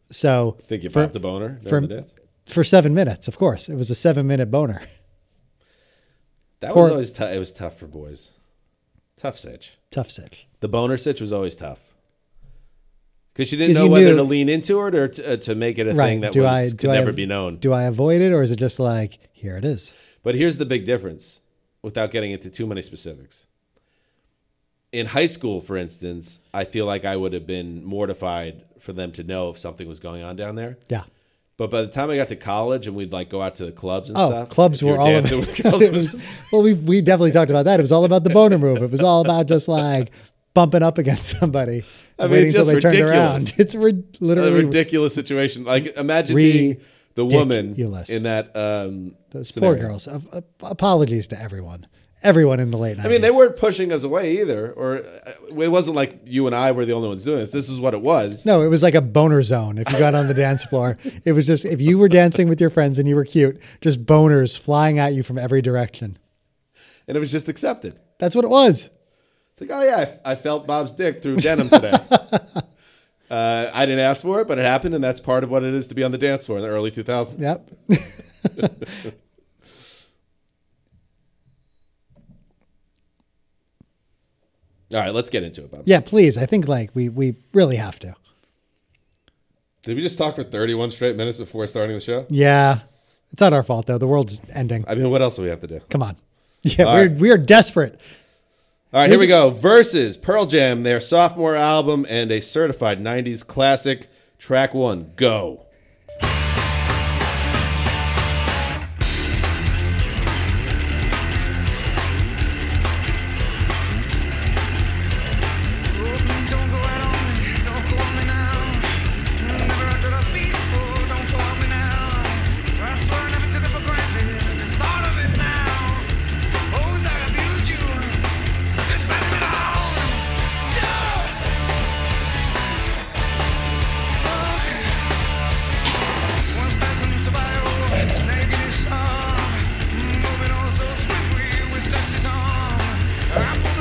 D: So
C: Think you
D: for-
C: popped a boner during the
D: for-
C: dance?
D: for seven minutes. Of course, it was a seven minute boner. (laughs)
C: That
D: Cor-
C: was always tough. It was tough for boys. Tough sitch.
D: Tough sitch.
C: The boner sitch was always tough because you didn't
D: 'Cause
C: know
D: you
C: whether
D: knew-
C: to lean into it or to, uh, to make it a
D: Right.
C: thing that
D: do
C: was,
D: I
C: could
D: do I
C: never
D: av-
C: be known.
D: Do I avoid it or is it just like here it is?
C: But here's the big difference without getting into too many specifics. In high school, for instance, I feel like I would have been mortified for them to know if something was going on down there.
D: Yeah.
C: But by the time I got to college and we'd like go out to the clubs and
D: Oh,
C: stuff,
D: clubs
C: if you
D: were all
C: dancing
D: about. (laughs)
C: with girls,
D: it was, well, we we definitely talked about that. It was all about the boner move. It was all about just like (laughs) bumping up against somebody,
C: I mean,
D: waiting until
C: just
D: they turned around. (laughs)
C: ridiculous.
D: It's ri-
C: a
D: literally
C: ridiculous situation. Like imagine being the woman
D: Ridiculous.
C: in that. Um,
D: those poor
C: scenario.
D: girls. Uh, uh, apologies to everyone, everyone in the late night.
C: I mean, they weren't pushing us away either, or uh, it wasn't like you and I were the only ones doing this. This is what it was.
D: No, it was like a boner zone. If you got on the dance floor, it was just if you were dancing with your friends and you were cute, just boners flying at you from every direction.
C: and it was just accepted.
D: That's what it was.
C: It's like, oh yeah, I, I felt Bob's dick through denim
D: (laughs)
C: today. uh, I didn't ask for it, but it happened, and that's part of what it is to be on the dance floor in the early 2000s.
D: Yep.
C: All right, let's get into it, Bob.
D: Yeah, please. I think like we we really have to.
C: Did we just talk for 31 straight minutes before starting the show?
D: Yeah, it's not our fault though. The world's ending.
C: I mean, what else do we have to do?
D: Come on. Yeah,
C: All
D: we're
C: right.
D: we are desperate.
C: All right, here we go. Versus Pearl Jam, their sophomore album and a certified 90s classic. Track one, go.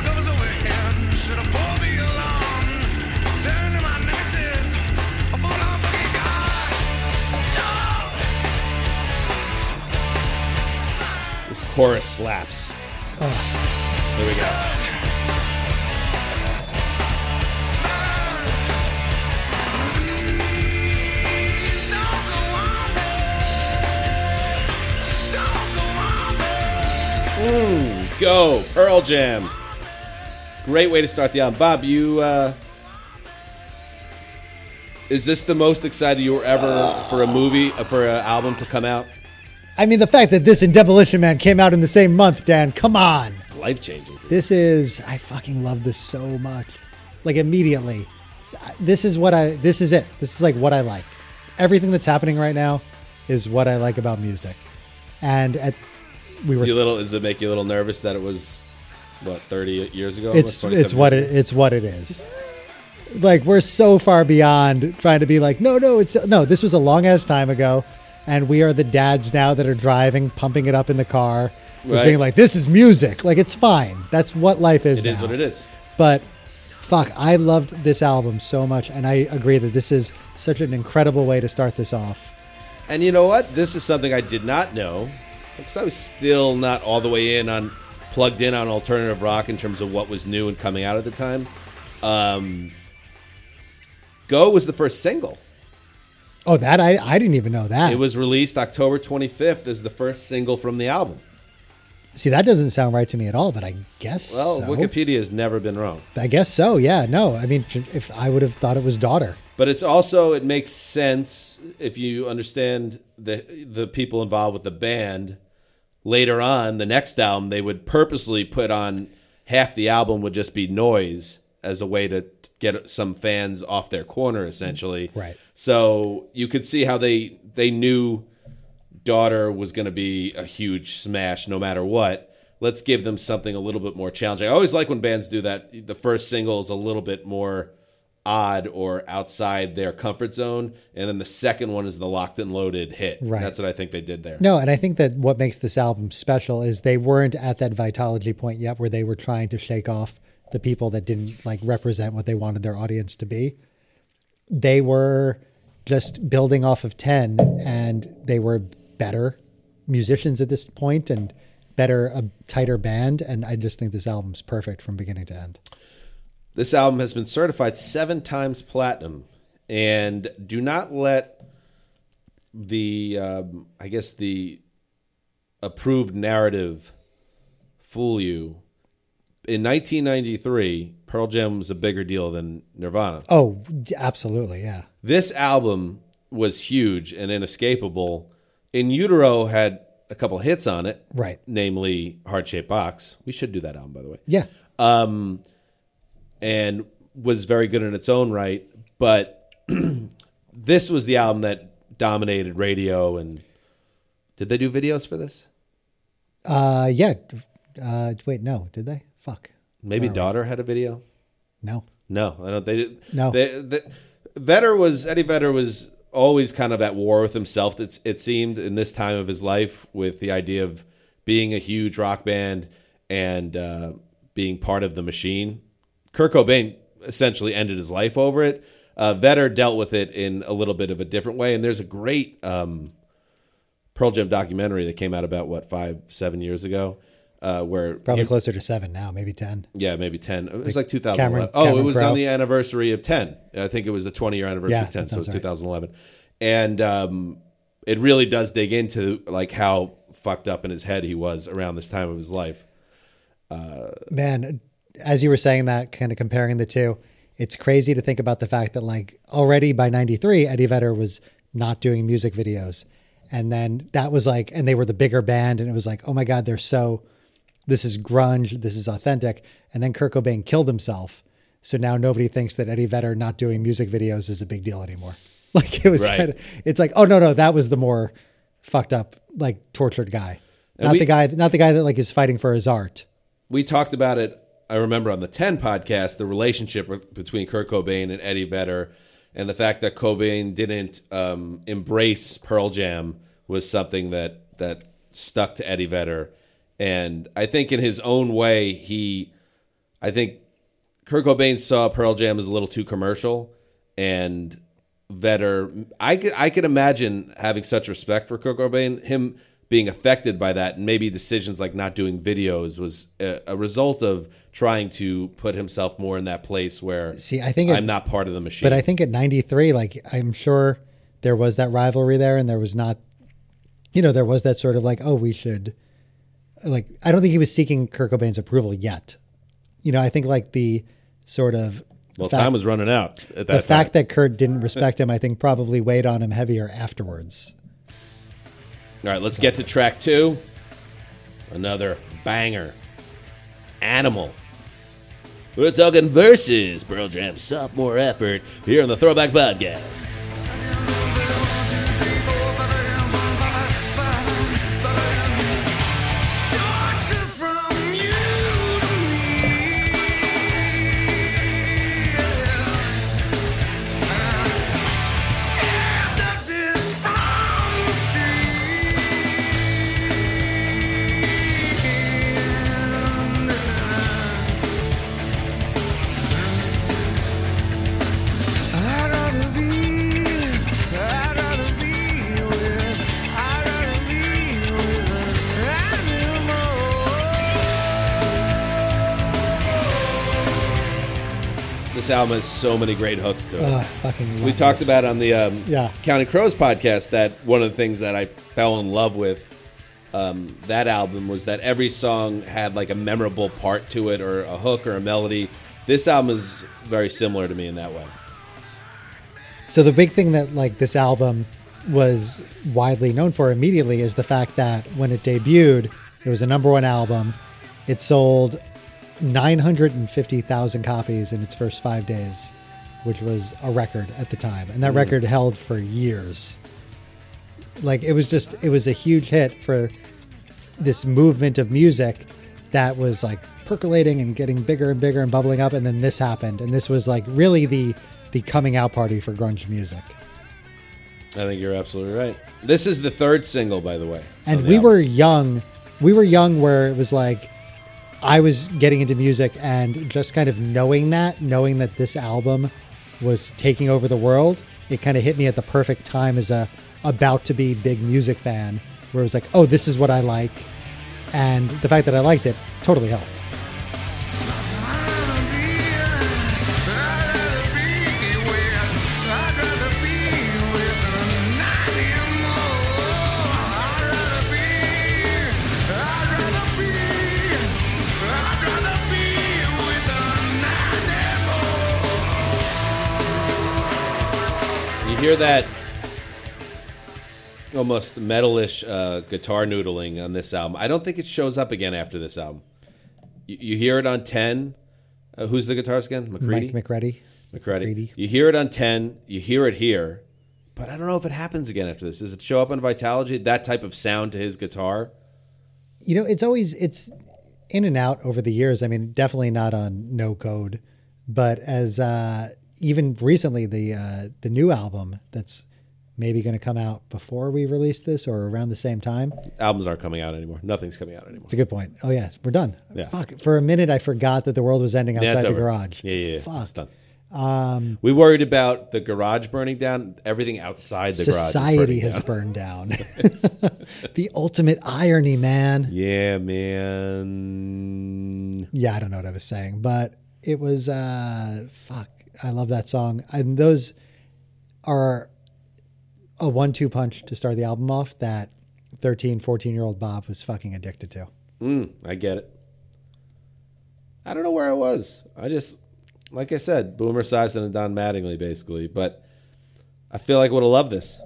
G: Should have pulled the alarm. Turn to my nemesis. A full-on fucking god.
C: This chorus slaps. There we go. Go, Pearl Jam. Great way to start the album. Bob, you. Uh, is this the most excited you were ever for a movie, uh, for an album to come out?
D: I mean, the fact that this and Demolition Man came out in the same month, Dan. Come on.
C: Life changing.
D: This is I fucking love this so much. Like immediately. I- This is what I this is it. This is like what I like. Everything that's happening right now is what I like about music. And at we were
C: You little does it make you a little nervous that it was what thirty years ago?
D: it's
C: Almost
D: it's what
C: 27
D: it, it's what it is. (laughs) Like we're so far beyond trying to be like no no it's no this was a long ass time ago, and we are the dads now that are driving pumping it up in the car, just
C: Right.
D: being like this is music like it's fine that's what life is.
C: years ago. It is what it is.
D: But fuck, I loved this album so much, and I agree that this is such an incredible way to start this off.
C: And you know what? This is something I did not know because I was still not all the way in on plugged in on alternative rock in terms of what was new and coming out at the time. Um, Go was the first single.
D: Oh, that I I didn't even know that.
C: It was released October 25th as the first single from the album.
D: See, that doesn't sound right to me at all, but I guess
C: Well,
D: so.
C: Wikipedia has never been wrong.
D: I guess so. Yeah, no, I mean, if I would have thought it was daughter.
C: But it's also it makes sense if you understand the the people involved with the band. Later on, the next album they would purposely put on half the album would just be noise as a way to get some fans off their corner, essentially.
D: Right.
C: So you could see how they they knew daughter was going to be a huge smash no matter what. Let's give them something a little bit more challenging. I always like when bands do that. The first single is a little bit more odd or outside their comfort zone, and then the second one is the locked and loaded hit.
D: Right.
C: That's what I think they did there.
D: No, and I think that what makes this album special is they weren't at that vitology point yet where they were trying to shake off the people that didn't like represent what they wanted their audience to be. They were just building off of 10 and they were better musicians at this point and better a tighter band and I just think this album's perfect from beginning to end.
C: This album has been certified seven times platinum, and do not let the um, I guess the approved narrative fool you. In 1993, Pearl Jam was a bigger deal than Nirvana.
D: Oh, d- absolutely, yeah.
C: This album was huge and inescapable. In Utero had a couple hits on it,
D: Right.
C: Namely, Heart Shaped Box. We should do that album, by the way
D: Yeah.
C: and was very good in its own right. But (clears throat) this was the album that dominated radio. And did they do videos for this?
D: Uh yeah. Uh wait, no, did they? Fuck.
C: Maybe Daughter had a video.
D: No.
C: No, I don't. They did.
D: No.
C: They, they, Vetter was Eddie Vedder was always kind of at war with himself. It, it seemed in this time of his life with the idea of being a huge rock band and uh, being part of the machine. Kurt Cobain essentially ended his life over it. Uh, Vetter dealt with it in a little bit of a different way, and there's a great um, Pearl Jam documentary that came out about what five, seven years ago uh, where
D: Probably
C: he-
D: closer to seven now, maybe 10.
C: yeah, maybe ten. It was like two thousand.
D: Cameron-
C: oh, it
D: Cameron
C: was
D: Crowe.
C: on the anniversary of ten. I think it was the twenty year anniversary
D: Yeah,
C: of ten,
D: that
C: so it's
D: sounds
C: two
D: right.
C: thousand eleven, and um, it really does dig into like how fucked up in his head he was around this time of his life.
D: Man, as you were saying that, kind of comparing the two, it's crazy to think about the fact that, like, already by 93, Eddie Vedder was not doing music videos. And then that was like, and they were the bigger band. And it was like, oh my God, they're so, this is grunge, this is authentic. And then Kurt Cobain killed himself. So now nobody thinks that Eddie Vedder not doing music videos is a big deal anymore. (laughs) Like, it was
C: Right.
D: kind of, it's like, oh no, no, that was the more fucked up, like, tortured guy. Not
C: we-
D: the guy, not the guy that like is fighting for his art.
C: we talked about it. I remember on the Ten podcast the relationship with, between Kurt Cobain and Eddie Vedder, and the fact that Cobain didn't um, embrace Pearl Jam was something that that stuck to Eddie Vedder, and I think in his own way he, I think Kurt Cobain saw Pearl Jam as a little too commercial, and Vedder, I could, I could imagine having such respect for Kurt Cobain, him being affected by that, and maybe decisions like not doing videos was a, a result of trying to put himself more in that place where
D: See, I think it-
C: I'm not part of the machine.
D: But I think at 93, like, I'm sure there was that rivalry there, and there was not, you know, there was that sort of like, oh, we should, like, I don't think he was seeking Kurt Cobain's approval yet. You know, I think like the sort of
C: well,
D: fact-
C: time was running out at that
D: the fact
C: time.
D: that Kurt didn't respect him, I think probably weighed on him heavier afterwards.
C: All right, let's get to track two. Another banger. Animal. We're talking versus Pearl Jam's sophomore effort here on the Throwback Podcast. This album has so many great hooks to it.
D: Ugh, Uh, fucking love
C: we talked
D: this.
C: about on the um,
D: Yeah.
C: County Crows podcast that one of the things that I fell in love with um, that album was that every song had like a memorable part to it or a hook or a melody. This album is very similar to me in that way.
D: So the big thing that like this album was widely known for immediately is the fact that when it debuted, it was a number one album. It sold 950,000 copies in its first five days, which was a record at the time. And that record held for years. Like it was just, it was a huge hit for this movement of music that was like percolating and getting bigger and bigger and bubbling up and then this happened and this was like really the the coming out party for grunge music
C: I think you're absolutely right. This is the third single, by the way.
D: and
C: of the
D: we
C: album.
D: were young we were young where it was like i was getting into music and just kind of knowing that knowing that this album was taking over the world it kind of hit me at the perfect time as a about to be big music fan where it was like oh this is what i like and the fact that i liked it totally helped
C: You hear that almost metalish uh, guitar noodling on this album. I don't think it shows up again after this album. You, you hear it on 10. Uh, who's the guitarist again? McCready?
D: mike mcready
C: McCready.
D: McCready.
C: You hear it on 10. You hear it here. But I don't know if it happens again after this. Does it show up on Vitalogy? That type of sound to his guitar?
D: you know it's always it's in and out over the years i mean definitely not on no code but as uh even recently the uh the new album that's maybe going to come out before we release this or around the same time
C: Albums aren't coming out anymore. Nothing's coming out anymore.
D: it's a good point oh yes we're done
C: Yeah.
D: fuck for a minute i forgot that the world was ending
C: Yeah,
D: outside
C: it's
D: the
C: over.
D: garage
C: Yeah, yeah, yeah.
D: fuck Um,
C: It's done. we worried about the garage burning down. Everything outside the garage
D: Society
C: is burning
D: has
C: down.
D: burned
C: (laughs)
D: down. (laughs) the ultimate irony, man.
C: Yeah, man.
D: Yeah, I don't know what I was saying, but it was uh fuck. I love that song. And those are a one two punch to start the album off that 13, 14 year old Bob was fucking addicted to.
C: I get it. I don't know where I was. I just, like I said, Boomer Sison and Don Mattingly, basically. But I feel like I would have loved
D: (laughs)
C: this.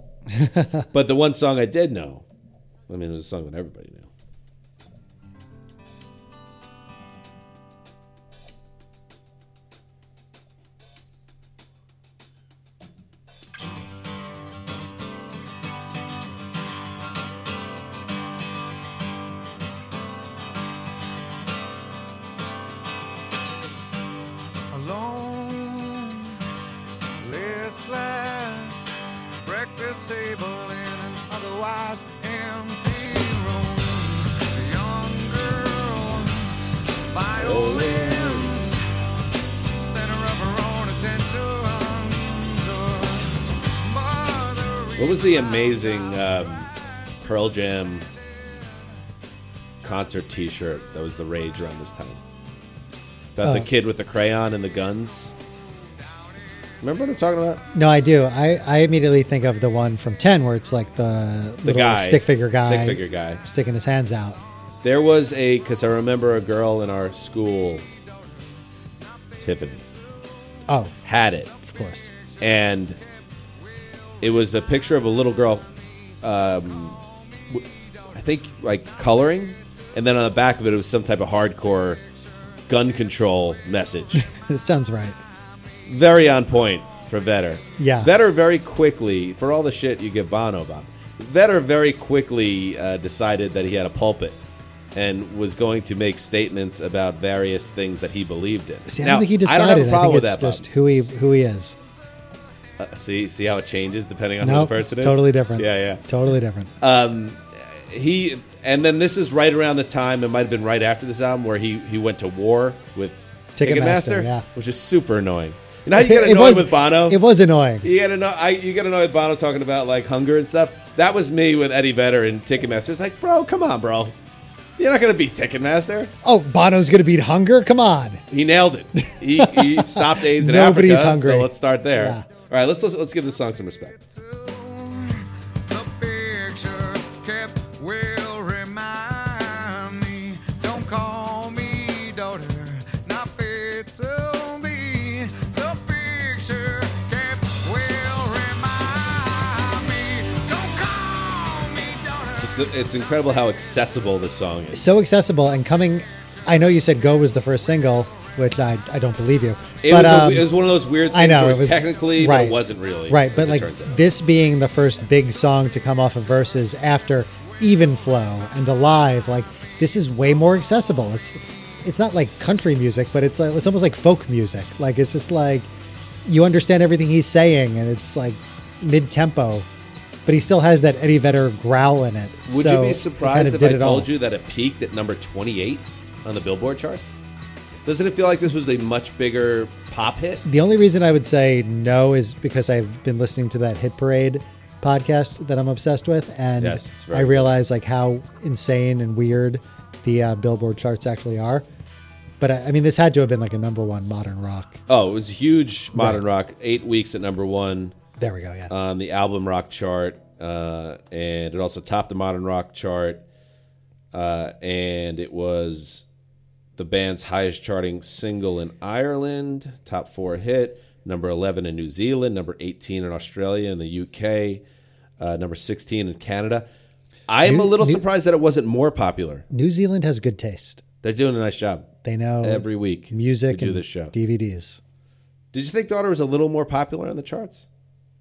C: but the one song I did know, I mean, it was a song that everybody knew.
G: alone, listless breakfast table in an otherwise empty room. A young girl, violins, center of her own attention. The mother
C: What was the amazing um, Pearl Jam concert t shirt that was the rage around this time? About the
D: Oh.
C: kid with the crayon and the guns. Remember what I'm talking about?
D: No, I do. I, I immediately think of the one from 10 where it's like the,
C: The
D: little
C: guy.
D: stick figure guy
C: Stick figure guy.
D: sticking his hands out.
C: There was a because I remember a girl in our school, Tiffany,
D: Oh,
C: had it,
D: of course. (laughs)
C: and it was a picture of a little girl. Um, w- I think like coloring, and then on the back of it, it was some type of hardcore gun control
D: (laughs)
C: message.
D: it sounds right.
C: very on point for Vetter.
D: Yeah.
C: Vetter very quickly for all the shit you give Bono about. Vetter very quickly uh, decided that he had a pulpit and was going to make statements about various things that he believed in.
D: See, I
C: Now,
D: don't think he
C: I
D: decided.
C: don't have a problem with
D: think
C: that.
D: it's
C: Bob.
D: just who he who he is.
C: Uh, see, see how it changes depending on
D: No,
C: who the person
D: it's
C: is.
D: totally different.
C: Yeah, yeah.
D: Totally different.
C: he and then this is right around the time it might have been right after this album where he he went to war with
D: Ticketmaster,
C: Ticketmaster,
D: yeah.
C: which is super annoying. You know how you get annoyed with Bono?
D: (laughs) It was annoying.
C: You get annoyed. I, you get annoyed with Bono talking about like hunger and stuff. That was me with Eddie Vedder and Ticketmaster. It's like, bro, come on, bro. You're not gonna beat Ticketmaster.
D: Oh, Bono's gonna beat hunger. Come on.
C: He nailed it. He,
D: (laughs)
C: he stopped AIDS in
D: Nobody's
C: Africa.
D: hungry.
C: So let's start there.
D: Yeah.
C: All right, let's, let's let's give this song some respect.
G: The picture kept will remind me. Don't call me daughter, not fit to be. The picture kept will remind me. Don't call me daughter.
C: It's, it's incredible how accessible this song is.
D: So accessible and coming. I know you said "Go" was the first single, which I, I don't believe you.
C: It,
D: but
C: was a-
D: um,
C: it was one of those weird things
D: I know
C: where
D: it
C: it's
D: was
C: technically,
D: right,
C: but it wasn't really.
D: right.
C: as
D: But
C: it
D: like
C: turns out.
D: this being the first big song to come off of Verses after Even Flow and Alive, like this is way more accessible. It's it's not like country music, but it's like, it's almost like folk music. Like it's just like you understand everything he's saying, and it's like mid tempo, but he still has that Eddie Vedder growl in it.
C: Would
D: So
C: you
D: it
C: be
D: kind
C: surprised
D: of
C: if
D: did
C: I
D: it
C: told
D: all.
C: you that it peaked at number 28 on the Billboard charts? Doesn't it feel like this was a much bigger pop hit?
D: The only reason I would say no is because I've been listening to that Hit Parade podcast that I'm obsessed with, and
C: Yes, it's very
D: I realize like how insane and weird the uh, Billboard charts actually are. But uh, I, I mean, this had to have been like a number one modern rock.
C: Oh, it was huge modern rock, eight weeks at number one
D: There we go. Yeah,
C: on the album rock chart, uh, and it also topped the modern rock chart, uh, and it was the band's highest charting single in Ireland, top four hit, number 11 in New Zealand, number 18 in Australia and the UK, uh, number 16 in Canada. I am
D: New-
C: a little
D: New-
C: surprised that it wasn't more popular.
D: New Zealand has good taste.
C: They're doing a nice job
D: They know
C: every week.
D: music
C: we do
D: and
C: this show.
D: DVDs.
C: Did you think Daughter was a little more popular on the charts?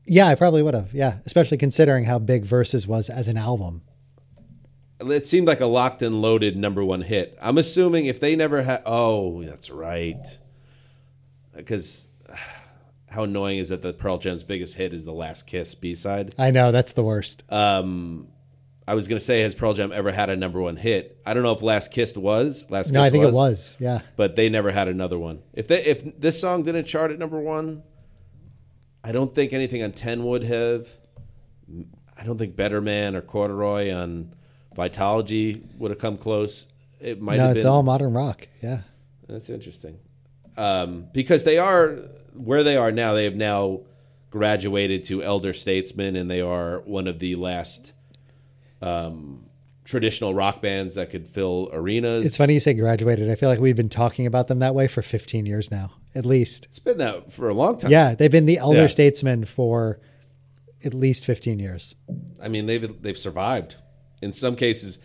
D: Yeah, I probably would have. Yeah, especially considering how big Versus was as an album.
C: it seemed like a locked and loaded number one hit. I'm assuming if they never had, oh, that's right, because (sighs) how annoying is it that Pearl Jam's biggest hit is the Last Kiss B side?
D: I know that's the worst.
C: I was gonna say, has Pearl Jam ever had a number one hit? I don't know if Last Kiss was Last.
D: No,
C: Kiss
D: I think it was. Yeah.
C: but they never had another one. If they, if this song didn't chart at number one, I don't think anything on Ten would have. I don't think Better Man or Corduroy on Vitology would have come close. It might
D: No,
C: have
D: it's
C: been.
D: all modern rock. Yeah.
C: That's interesting, um, because they are where they are now. They have now graduated to elder statesmen, and they are one of the last. Um, traditional rock bands that could fill arenas.
D: It's funny you say graduated. I feel like we've been talking about them that way for 15 years now, at least.
C: It's been that for a long time.
D: Yeah, they've been the elder
C: Yeah.
D: statesmen for at least 15 years.
C: I mean, they've they've survived. In some cases,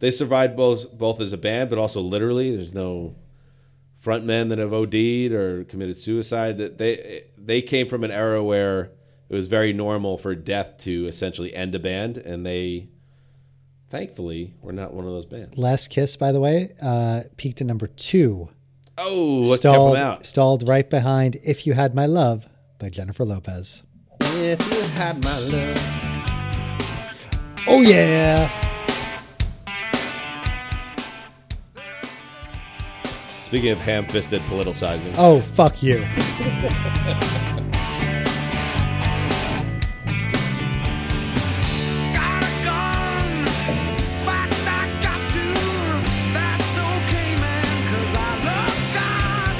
C: they survived both both as a band, but also literally. There's no front men that have OD'd or committed suicide. That they they came from an era where it was very normal for death to essentially end a band, and they thankfully were not one of those bands.
D: Last Kiss, by the way, uh, peaked at number two.
C: Oh, what
D: stalled,
C: kept them
D: stalled right behind If You Had My Love by Jennifer Lopez.
C: out? If you had my love.
D: Oh, yeah.
C: Speaking of ham-fisted politicizing,
D: Oh, fuck you.
G: Got a gun, but I got tools. That's okay, man, 'cause I love God.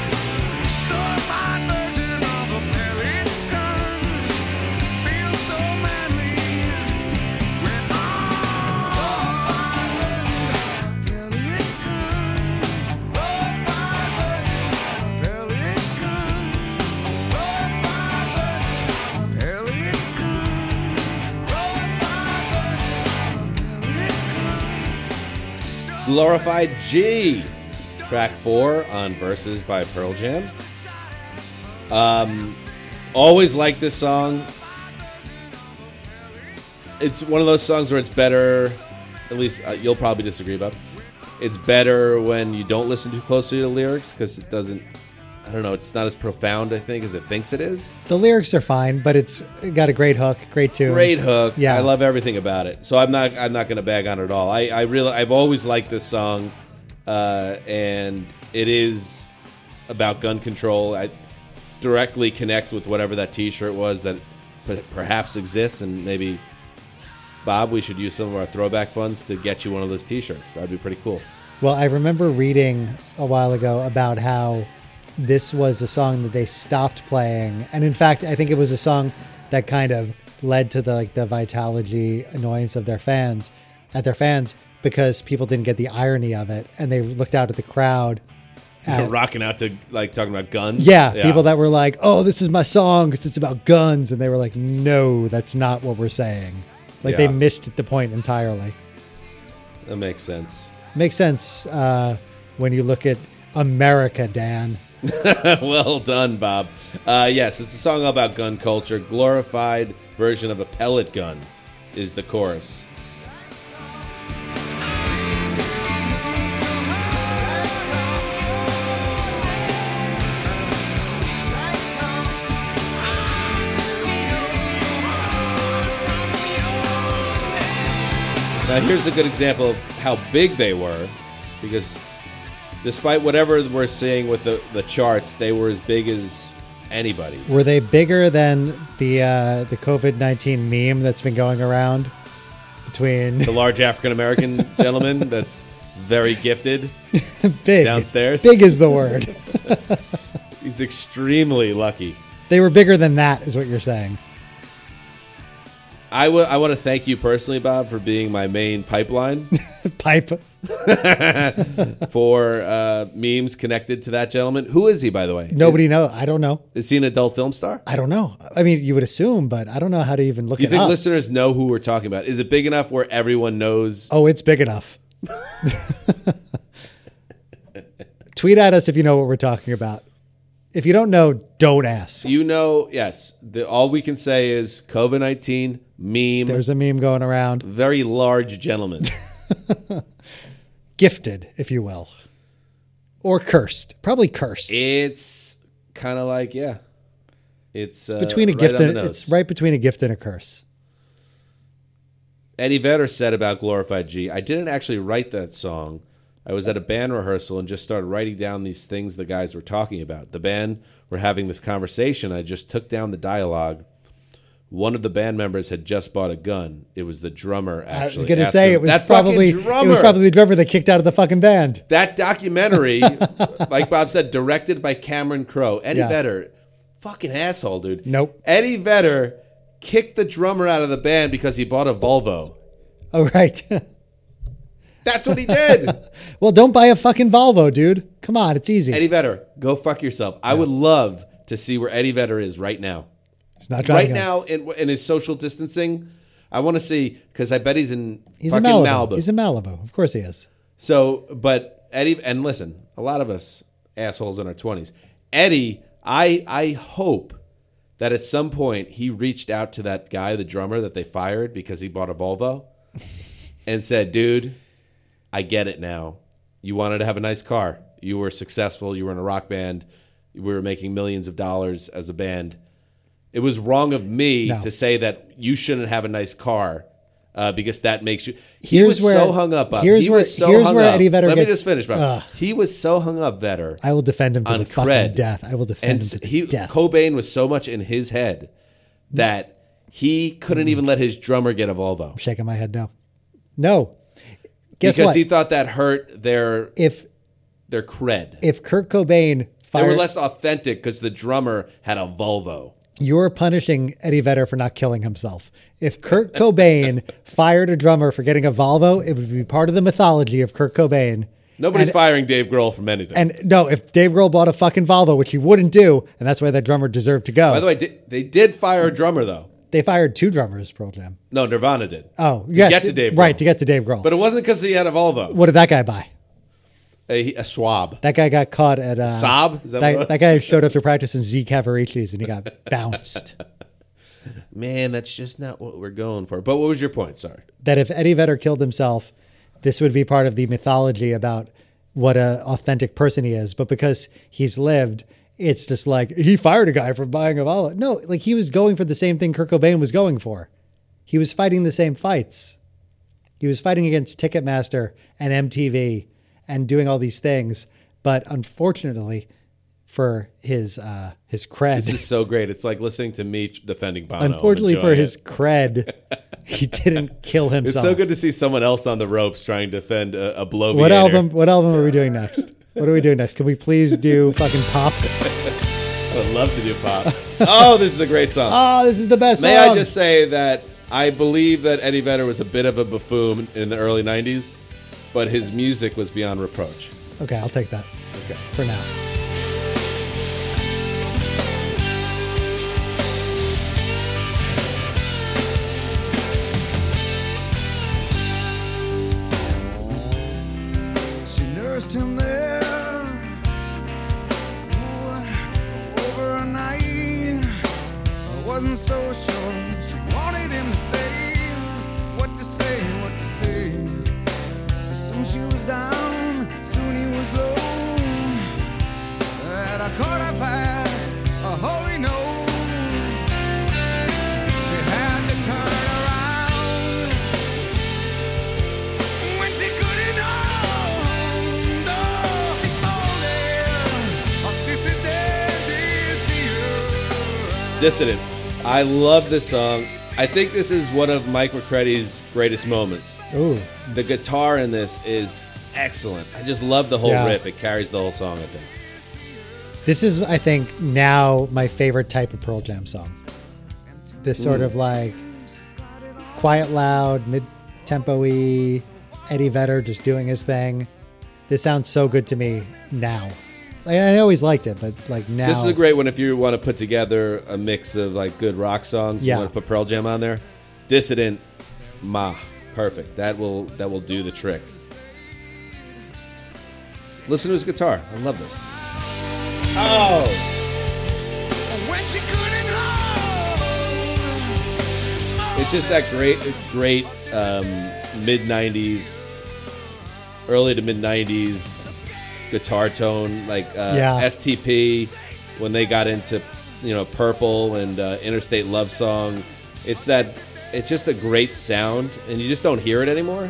G: You're my version of American. Feel so manly when I'm Pelican.
C: Glorified G, track four on Verses by Pearl Jam. Um, always like this song. It's one of those songs where it's better, at least uh, you'll probably disagree about. It's better when you don't listen too closely to the lyrics because it doesn't, I don't know, it's not as profound, I think, as it thinks it is.
D: The lyrics are fine, but it's got a great hook, great tune.
C: Great hook.
D: Yeah.
C: I love everything about it. So I'm not I'm not going to bag on it at all. I I really I've always liked this song, uh, and it is about gun control. I directly connects with whatever that T-shirt was that per- perhaps exists, and maybe Bob, we should use some of our throwback funds to get you one of those T-shirts. That'd be pretty cool.
D: Well, I remember reading a while ago about how this was a song that they stopped playing, and in fact, I think it was a song that kind of led to the like the vitalogy annoyance of their fans at their fans because people didn't get the irony of it, and they looked out at the crowd.
C: (laughs)
D: at-
C: Rocking out to like talking about guns.
D: Uh, yeah, people that were like, "Oh, this is my song because it's about guns," and they were like, "No, that's not what we're saying." Like
C: Yeah.
D: they missed the point entirely.
C: that makes sense.
D: Makes sense uh, when you look at America, Dan.
C: (laughs) well done, Bob. Uh, yes, it's a song about gun culture. Glorified version of a pellet gun is the chorus. Now, here's a good example of how big they were because despite whatever we're seeing with the, the charts, they were as big as anybody.
D: Were they bigger than the uh, the COVID nineteen meme that's been going around between
C: The large African American gentleman that's very gifted.
D: (laughs) big
C: downstairs?
D: Big is the word.
C: He's extremely lucky.
D: they were bigger than that, is what you're saying. (laughs)
C: I want to thank you personally, Bob, for being my main pipeline
D: Pipe.
C: for uh, memes connected to that gentleman. Who is he, by the way?
D: Nobody know. I don't know.
C: Is he an adult film star?
D: I don't know. I mean, you would assume, but I don't know how to even look
C: Do you
D: it
C: think
D: up.
C: listeners know who we're talking about? Is it big enough where everyone knows?
D: oh, it's big enough. (laughs) Tweet at us if you know what we're talking about. If you don't know, don't ask.
C: You know, yes. The, all we can say is COVID 19 meme,
D: There's a meme going around.
C: very large gentleman.
D: Gifted, if you will. Or cursed. Probably cursed.
C: It's kind of like yeah, it's, uh,
D: between a
C: right
D: gift
C: on
D: and
C: the nose.
D: it's right between a gift and a curse.
C: Eddie Vedder said about Glorified G, I didn't actually write that song. I was at a band rehearsal and just started writing down these things the guys were talking about. The band were having this conversation. I just took down the dialogue. One of the band members had just bought a gun. It was the drummer. Actually,
D: I was going to
C: Asked
D: say
C: him-
D: it was
C: that fucking
D: probably it was
C: drummer."
D: probably the drummer that kicked out of the fucking band. (laughs)
C: That documentary, like Bob said, directed by Cameron Crowe. Eddie
D: Yeah.
C: Vedder, fucking asshole, dude.
D: Nope.
C: Eddie Vedder kicked the drummer out of the band because he bought a Volvo.
D: Oh right. (laughs)
C: That's what he did.
D: well, don't buy a fucking Volvo, dude. Come on, it's easy.
C: Eddie Vedder, go fuck yourself. I would love to see where Eddie Vedder is right now.
D: it's not
C: Right
D: driving a-
C: now, in, in his social distancing, I want to see because I bet he's in
D: He's in
C: fucking
D: Malibu.
C: Malibu.
D: He's in Malibu. Of course he is.
C: So, but Eddie, and listen, a lot of us assholes in our twenties. Eddie, I I hope that at some point he reached out to that guy, the drummer that they fired because he bought a Volvo, and said, "Dude, I get it now. You wanted to have a nice car. You were successful. You were in a rock band. We were making millions of dollars as a band. It was wrong of me
D: No.
C: to say that you shouldn't have a nice car." Uh, because that makes you. He
D: Here's
C: was
D: where-
C: so hung up. Bob.
D: here's
C: he
D: where-
C: was so
D: here's
C: hung
D: where
C: up.
D: Eddie Vedder
C: Let
D: gets-
C: me just finish, Bob.
D: Ugh.
C: he was so hung up, Vedder,
D: I will defend him to
C: on
D: the
C: cred.
D: fucking death. I will defend
C: and
D: him
C: s-
D: to the
C: he,
D: death.
C: Cobain was so much in his head that he
D: Mm.
C: couldn't even let his drummer get a Volvo
D: Shaking my head no. No. Guess
C: because
D: what?
C: he thought that hurt their
D: if
C: their cred.
D: if Kurt Cobain
C: they were
D: fired,
C: less authentic because the drummer had a Volvo.
D: you're punishing Eddie Vedder for not killing himself. If Kurt Cobain (laughs) fired a drummer for getting a Volvo, it would be part of the mythology of Kurt Cobain.
C: Nobody's
D: And-
C: firing Dave Grohl from anything.
D: And no, if Dave Grohl bought a fucking Volvo, which he wouldn't do, and that's why that drummer deserved to go.
C: By the way, di- they did fire a drummer though.
D: they fired two drummers, Pearl Jam.
C: No, Nirvana did.
D: Oh,
C: to
D: yes,
C: get to Dave.
D: right
C: Grohl.
D: to get to Dave Grohl.
C: but it wasn't because he had a Volvo.
D: what did that guy buy?
C: A, a swab.
D: That guy got caught at uh,
C: Saab? Is that
D: That,
C: what it was?
D: that, guy showed up to practice in Z Cavaricci's and he got
C: (laughs)
D: bounced.
C: Man, that's just not what we're going for. But what was your point? Sorry.
D: That if Eddie Vedder killed himself, this would be part of the mythology about what a authentic person he is. But because he's lived, it's just like he fired a guy for buying a wallet. No, like he was going for the same thing Kurt Cobain was going for. He was fighting the same fights. He was fighting against Ticketmaster and MTV and doing all these things. But unfortunately, for his uh, his cred,
C: This is so great. It's like listening to me defending Bono. and
D: Unfortunately for
C: enjoying
D: his
C: it.
D: cred, he didn't
C: (laughs)
D: kill
C: It's
D: himself.
C: so good to see someone else on the ropes trying to defend a, a bloviator.
D: what album? What album are we doing next? What are we doing next? Can we please do fucking pop?
C: I would love to do
D: (laughs)
C: pop. oh, this is a great song.
D: Oh, this is the best.
C: May I
D: song.
C: just say that I believe that Eddie Vedder was a bit of a buffoon in the early 90s, but his music was beyond reproach.
D: Okay, I'll take that.
C: Okay.
D: For now.
G: She nursed him there oh, over a night. I wasn't so sure she wanted him to stay. What to say, what to say. But soon she was down, soon he was low. At a quarter past, a holy no. She had to turn around. When she couldn't hold on, she folded. Up this and that, this here.
C: Dissident. I love this song. I think this is one of Mike McCready's greatest moments.
D: Ooh,
C: The guitar in this is excellent. I just love the whole
D: Yeah.
C: riff. It carries the whole song, I think.
D: this is I think now my favorite type of Pearl Jam song. This sort of like quiet, loud, mid tempo-y Eddie Vedder just doing his thing. This sounds so good to me now. Like, I always liked it, but like now
C: This is a great one if you want to put together a mix of like good rock songs.
D: Yeah.
C: You want to put Pearl Jam on there. Dissident, Ma, perfect. That will that will do the trick. Listen to his guitar. I love this. Oh,
G: When she couldn't hold, she folded.
C: it's just that great great um, mid '90s, early to mid '90s guitar tone like uh,
D: Yeah.
C: STP when they got into you know Purple and uh, Interstate Love Song. It's that it's just a great sound, and you just don't hear it anymore.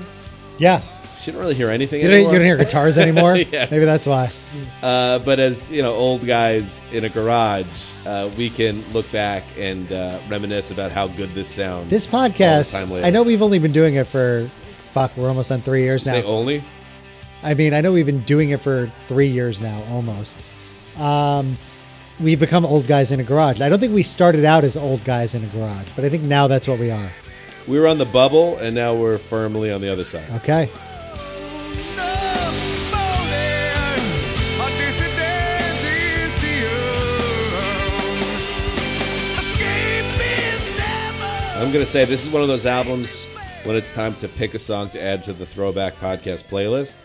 D: Yeah.
C: You don't really hear anything
D: You don't, you
C: anymore.
D: don't
C: (laughs)
D: hear guitars anymore.
C: Yeah.
D: Maybe that's why.
C: Uh, but as you know, old guys in a garage, uh, we can look back and uh, reminisce about how good this sounds.
D: This
C: all the
D: podcast,
C: time later.
D: I know we've only been doing it for, fuck, we're almost on three years now.
C: Say oh. only.
D: I mean, I know we've been doing it for three years now, almost. Um, we've become old guys in a garage. I don't think we started out as old guys in a garage, but I think now that's what we are.
C: We were on the bubble, and now we're firmly on the other side.
D: Okay.
C: I'm gonna say this is one of those albums when it's time to pick a song to add to the Throwback Podcast playlist.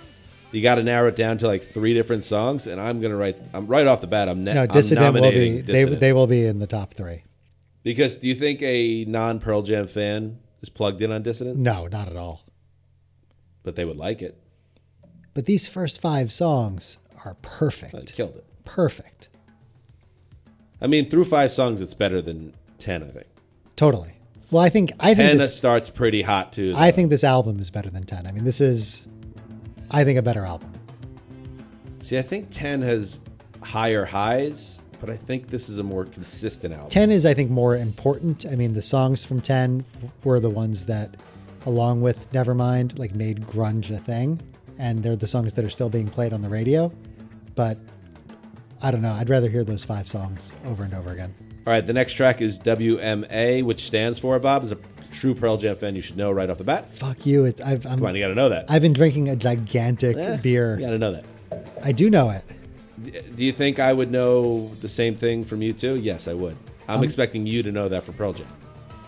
C: You got to narrow it down to like three different songs, and I'm gonna write. I'm right off the bat. I'm, ne-
D: No,
C: I'm
D: dissident will
C: Uh, nominating
D: be they,
C: Dissident.
D: they will be in the top three.
C: because do you think a non Pearl Jam fan is plugged in on Dissident?
D: No, not at all.
C: But they would like it.
D: But these first five songs are
C: I
D: perfect.
C: killed it.
D: Perfect.
C: I mean, through five songs, it's better than ten. I think
D: Totally. Well, I think I
C: ten
D: think this,
C: starts pretty hot too.
D: I think this album is better than ten. I mean, this is, I think, a better album.
C: See, I think ten has higher highs, but I think this is a more consistent album.
D: 10 is i think more important i mean the songs from 10 were the ones that along with nevermind like made grunge a thing and they're the songs that are still being played on the radio but i don't know i'd rather hear those five songs over and over again
C: All right, the next track is WMA, which stands for Bob is a true Pearl Jam fan. You should know right off the bat.
D: fuck you it, I've, I'm,
C: Come on, you got to know that.
D: I've been drinking a gigantic
C: Eh,
D: beer
C: You got to know that.
D: i do know it
C: Do you think I would know the same thing from you too? Yes, I would.
D: Um,
C: I'm expecting you to know that for Pearl Jam.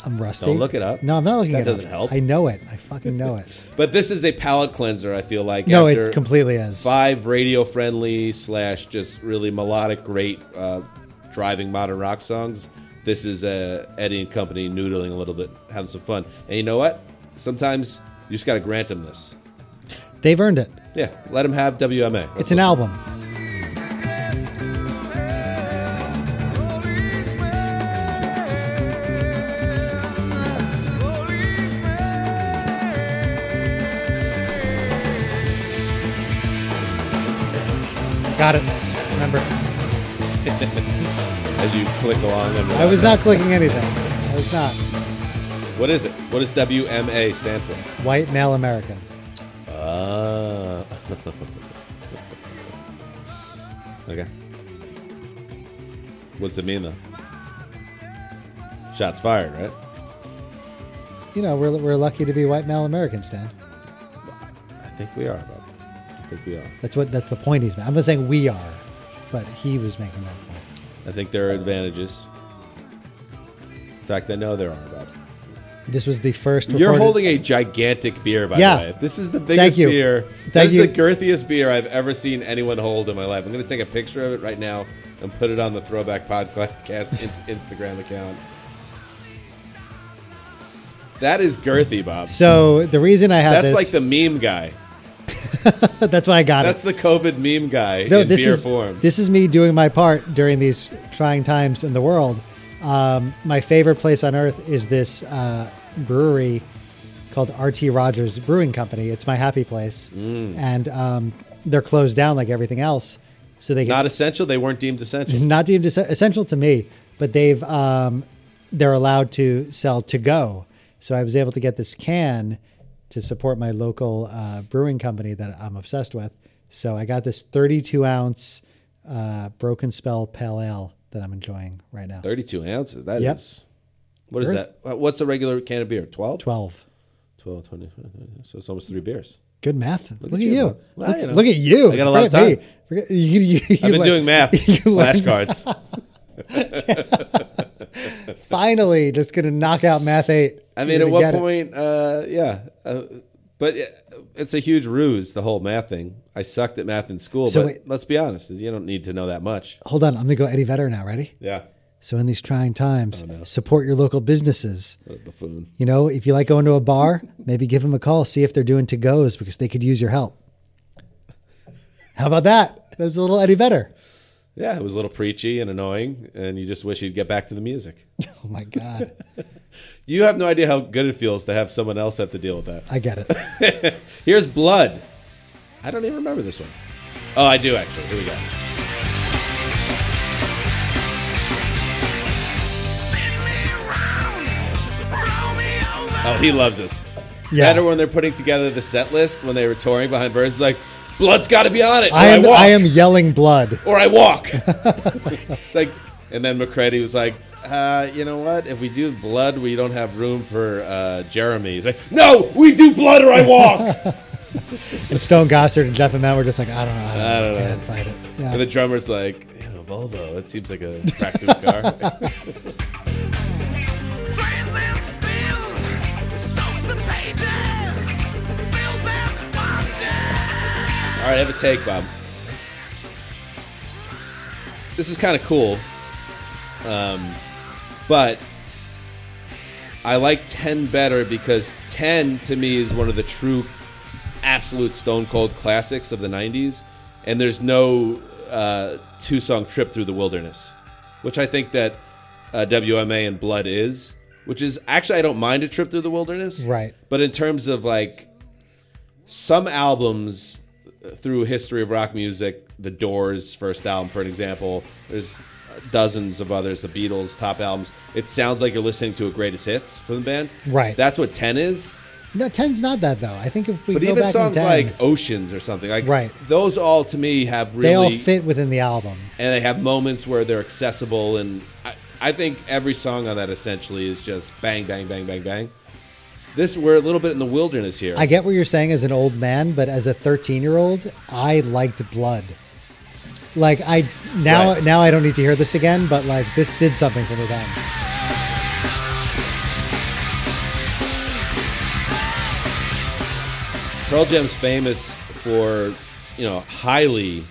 D: i'm rusty
C: Don't look it up.
D: no i'm not looking
C: That
D: it up.
C: doesn't help.
D: i know it i fucking know
C: (laughs)
D: it
C: But this is a palate cleanser. I feel like
D: no
C: after
D: it completely is
C: five radio friendly slash just really melodic, great uh, driving modern rock songs. This is uh, Eddie and Company noodling a little bit, having some fun. And you know what? Sometimes you just got to grant them this.
D: they've earned it
C: Yeah, let him have WMA.
D: it's an album got it remember
C: as you click along. And
D: i was not clicking anything i was not
C: What is it? What does WMA stand for?
D: white male american
C: Uh, (laughs) okay. What's it mean though? Shots fired, right?
D: you know we're, we're lucky to be white male americans dan
C: I think we are. Bob. I think we are.
D: that's what that's the point he's making i'm not saying we are but he was making that point
C: I think there are advantages. In fact, I know there are. Bob.
D: this was the 1st
C: You're
D: recorded-
C: holding a gigantic beer, by
D: Yeah.
C: the way. This is the biggest
D: you.
C: beer.
D: Thank
C: this
D: you.
C: is the girthiest beer I've ever seen anyone hold in my life. I'm going to take a picture of it right now and put it on the Throwback Podcast in- Instagram account. That is girthy, Bob.
D: so the reason i have
C: That's
D: this
C: like the meme guy.
D: (laughs) that's why i got it
C: That's the COVID meme guy in
D: this
C: beer
D: is,
C: form.
D: This is me doing my part during these trying times in the world. Um, my favorite place on earth is this uh, brewery called RT Rogers Brewing Company. It's my happy place,
C: Mm.
D: and um, they're closed down like everything else, so they can
C: Not essential. They weren't deemed essential.
D: not deemed es- essential to me, but they've um, they're allowed to sell to go. So I was able to get this can to support my local uh, brewing company that I'm obsessed with. So I got this 32 ounce uh, Broken Spell Pale Ale that I'm enjoying right now.
C: 32 ounces. That is.
D: Yep.
C: What is
D: Sure.
C: that? Uh, What's a regular can of beer? 12?
D: 12.
C: 12, 20. So it's almost three beers.
D: Good math. Look, at
C: you,
D: you.
C: bud. Well,
D: look,
C: you know.
D: look at you.
C: I got a lot of
D: Forget
C: time.
D: me. Forget- you- you- you
C: I've been
D: let-
C: doing math
D: (laughs) you let-
C: flashcards.
D: Finally, just going to knock out math eight.
C: I
D: You're
C: mean, at
D: gonna
C: what
D: get it.
C: point? Uh, yeah, uh, but uh, it's a huge ruse. The whole math thing. I sucked at math in school,
D: So
C: but
D: wait-
C: let's be honest. You don't need to know that much.
D: Hold on. I'm going to go Eddie Vedder now. Ready?
C: Yeah,
D: So in these trying
C: Oh,
D: times, support your local businesses.
C: what a buffoon.
D: You know, if you like going to a bar, maybe give them a call, see if they're doing to goes because they could use your help. How about that? That was a little Eddie Vedder.
C: Yeah, it was a little preachy and annoying, and you just wish you'd get back to the music.
D: Oh my God.
C: You have no idea how good it feels to have someone else have to deal with that.
D: I get it.
C: Here's Blood. I don't even remember this one. Oh, I do actually. Here we go. Oh, he loves this.
D: Yeah.
C: Better when they're putting together the set list when they were touring behind verses like, Blood's got to be on it. Or
D: I am
C: walk,
D: I am yelling blood.
C: Or I
D: (laughs)
C: walk. it's like, and then McCready was like, uh, you know what? If we do blood, we don't have room for uh, Jeremy. He's like, no, we do blood or I
D: (laughs)
C: walk.
D: And Stone Gossard and Jeff and Matt were just like, I don't know. I don't,
C: don't know.
D: can't fight it. Yeah.
C: And the drummer's like, you know, Volvo, that seems like a attractive
D: (laughs)
C: car. All right, have a take, Bob. This is kind of cool, um, but I like ten better because ten to me is one of the true, absolute stone cold classics of the '90s, and there's no uh, two song trip through the wilderness, which I think that uh, WMA and Blood is, which is actually I don't mind a trip through the wilderness,
D: Right.
C: But in terms of like some albums uh, through history of rock music, The Doors' first album, for an example. There's uh, dozens of others. The Beatles' top albums. It sounds like you're listening to a greatest hits from the band.
D: Right.
C: That's what ten is.
D: no, ten's not that though. I think if we
C: But
D: go
C: even
D: back
C: songs
D: in 10,
C: like Oceans or something, like
D: Right.
C: those all to me have really
D: they all fit within the album.
C: and they have moments where they're accessible and I, I think every song on that essentially is just bang bang bang bang bang. This we're a little bit in the wilderness here.
D: I get what you're saying as an old man, but as a 13 year old, I liked blood. Like I now
C: Right.
D: now I don't need to hear this again, but like this did something for me then.
C: Pearl Jam's famous for, you know, highly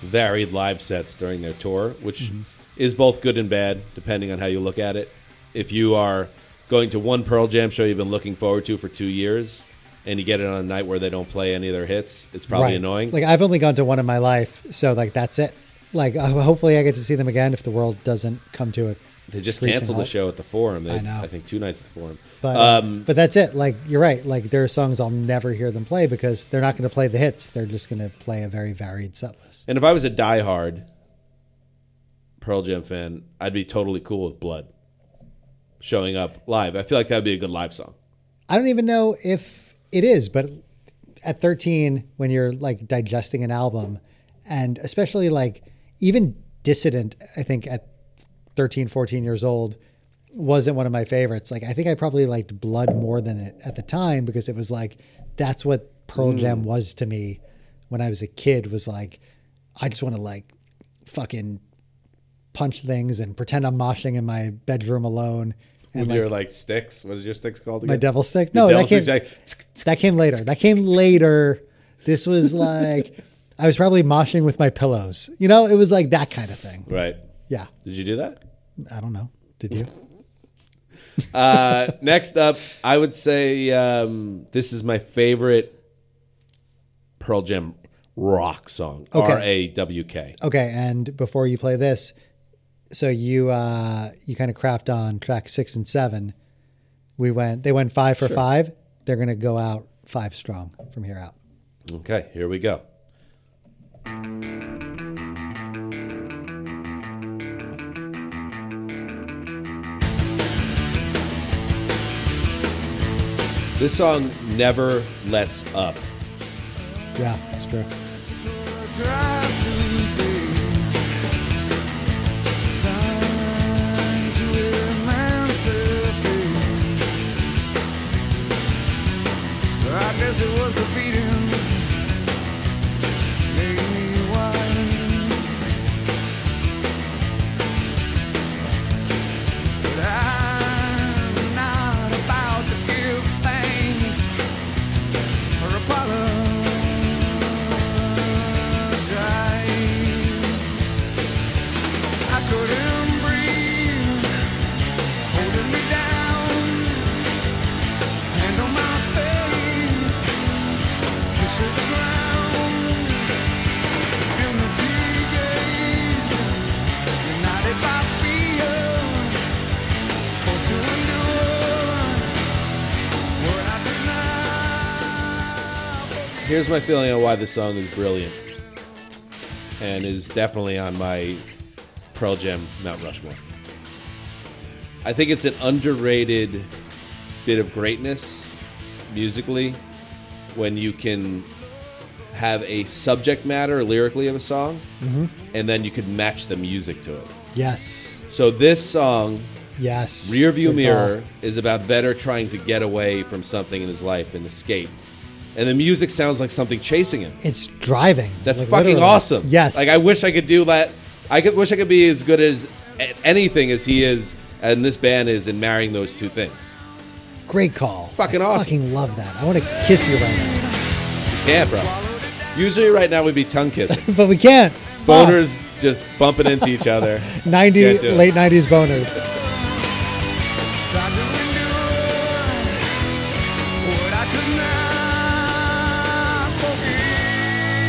C: varied live sets during their tour, which
D: Mm-hmm.
C: is both good and bad depending on how you look at it. If you are going to one Pearl Jam show you've been looking forward to for 2 years and you get it on a night where they don't play any of their hits, it's probably
D: Right.
C: annoying.
D: Like I've only gone to one in my life, so like that's it. Like uh, hopefully I get to see them again if the world doesn't come to it.
C: they just canceled the show Um, at the Forum. They,
D: I know.
C: I think two nights at the Forum.
D: But but that's it. Like you're right. Like there are songs I'll never hear them play because they're not going to play the hits. They're just going to play a very varied set list.
C: And if I was a diehard Pearl Jam fan, I'd be totally cool with Blood showing up live. I feel like that would be a good live song.
D: I don't even know if it is, but at 13 when you're like digesting an album and especially like even Dissident, I think at 13, 14 years old wasn't one of my favorites. Like I think I probably liked Blood more than it at the time because it was like that's what Pearl Jam was to me when I was a kid was like I just want to like fucking punch things and pretend I'm moshing in my bedroom alone and
C: With
D: like
C: your like sticks. What is your sticks called?
D: my
C: again?
D: devil stick.
C: Your
D: No,
C: devil
D: that came,
C: sticks, like, tsk, tsk.
D: that came later. That came later. This was like I was probably moshing with my pillows. You know, it was like that kind of thing.
C: right.
D: Yeah,
C: Did you do that?
D: I don't know. Did you? (laughs)
C: Uh, next up, I would say um, this is my favorite Pearl Jam rock song.
D: Okay.
C: R A W K.
D: Okay, and before you play this, so you uh you kind of crapped on track 6 and 7. We went they went 5 for 5. They're going to go out 5 strong from here out.
C: Okay, here we go. This song never lets up.
D: Yeah, that's true.
G: I guess it was a beating made me wise. But I'm not about to give thanks or apologize. I couldn't breathe, holding me down. Hand on my face, kiss
C: here's my feeling on why this song is brilliant, and is definitely on my Pearl Jam Mount Rushmore. I think it's an underrated bit of greatness musically when you can have a subject matter lyrically of a song,
D: Mm-hmm.
C: and then you can match the music to it.
D: Yes.
C: So this song
D: Yes.
C: Rearview
D: Good
C: Mirror
D: call.
C: is about Vetter trying to get away from something in his life and escape. And the music sounds like something chasing him.
D: It's driving.
C: That's
D: like,
C: fucking
D: literally.
C: awesome.
D: Yes.
C: Like I wish I could do that. I could wish I could be as good as at anything as he is and this band is in marrying those two things.
D: Great call.
C: Fucking
D: I
C: awesome.
D: Fucking love that. I want to kiss you right now,
C: Yeah, bro. Usually right now we'd be tongue kissing.
D: but we can't. (laughs) Fuck.
C: Boners just bumping into each
D: (laughs)
C: other.
D: 90
C: Can't do it.
D: late 90s boners.
G: Tried to endure what I could not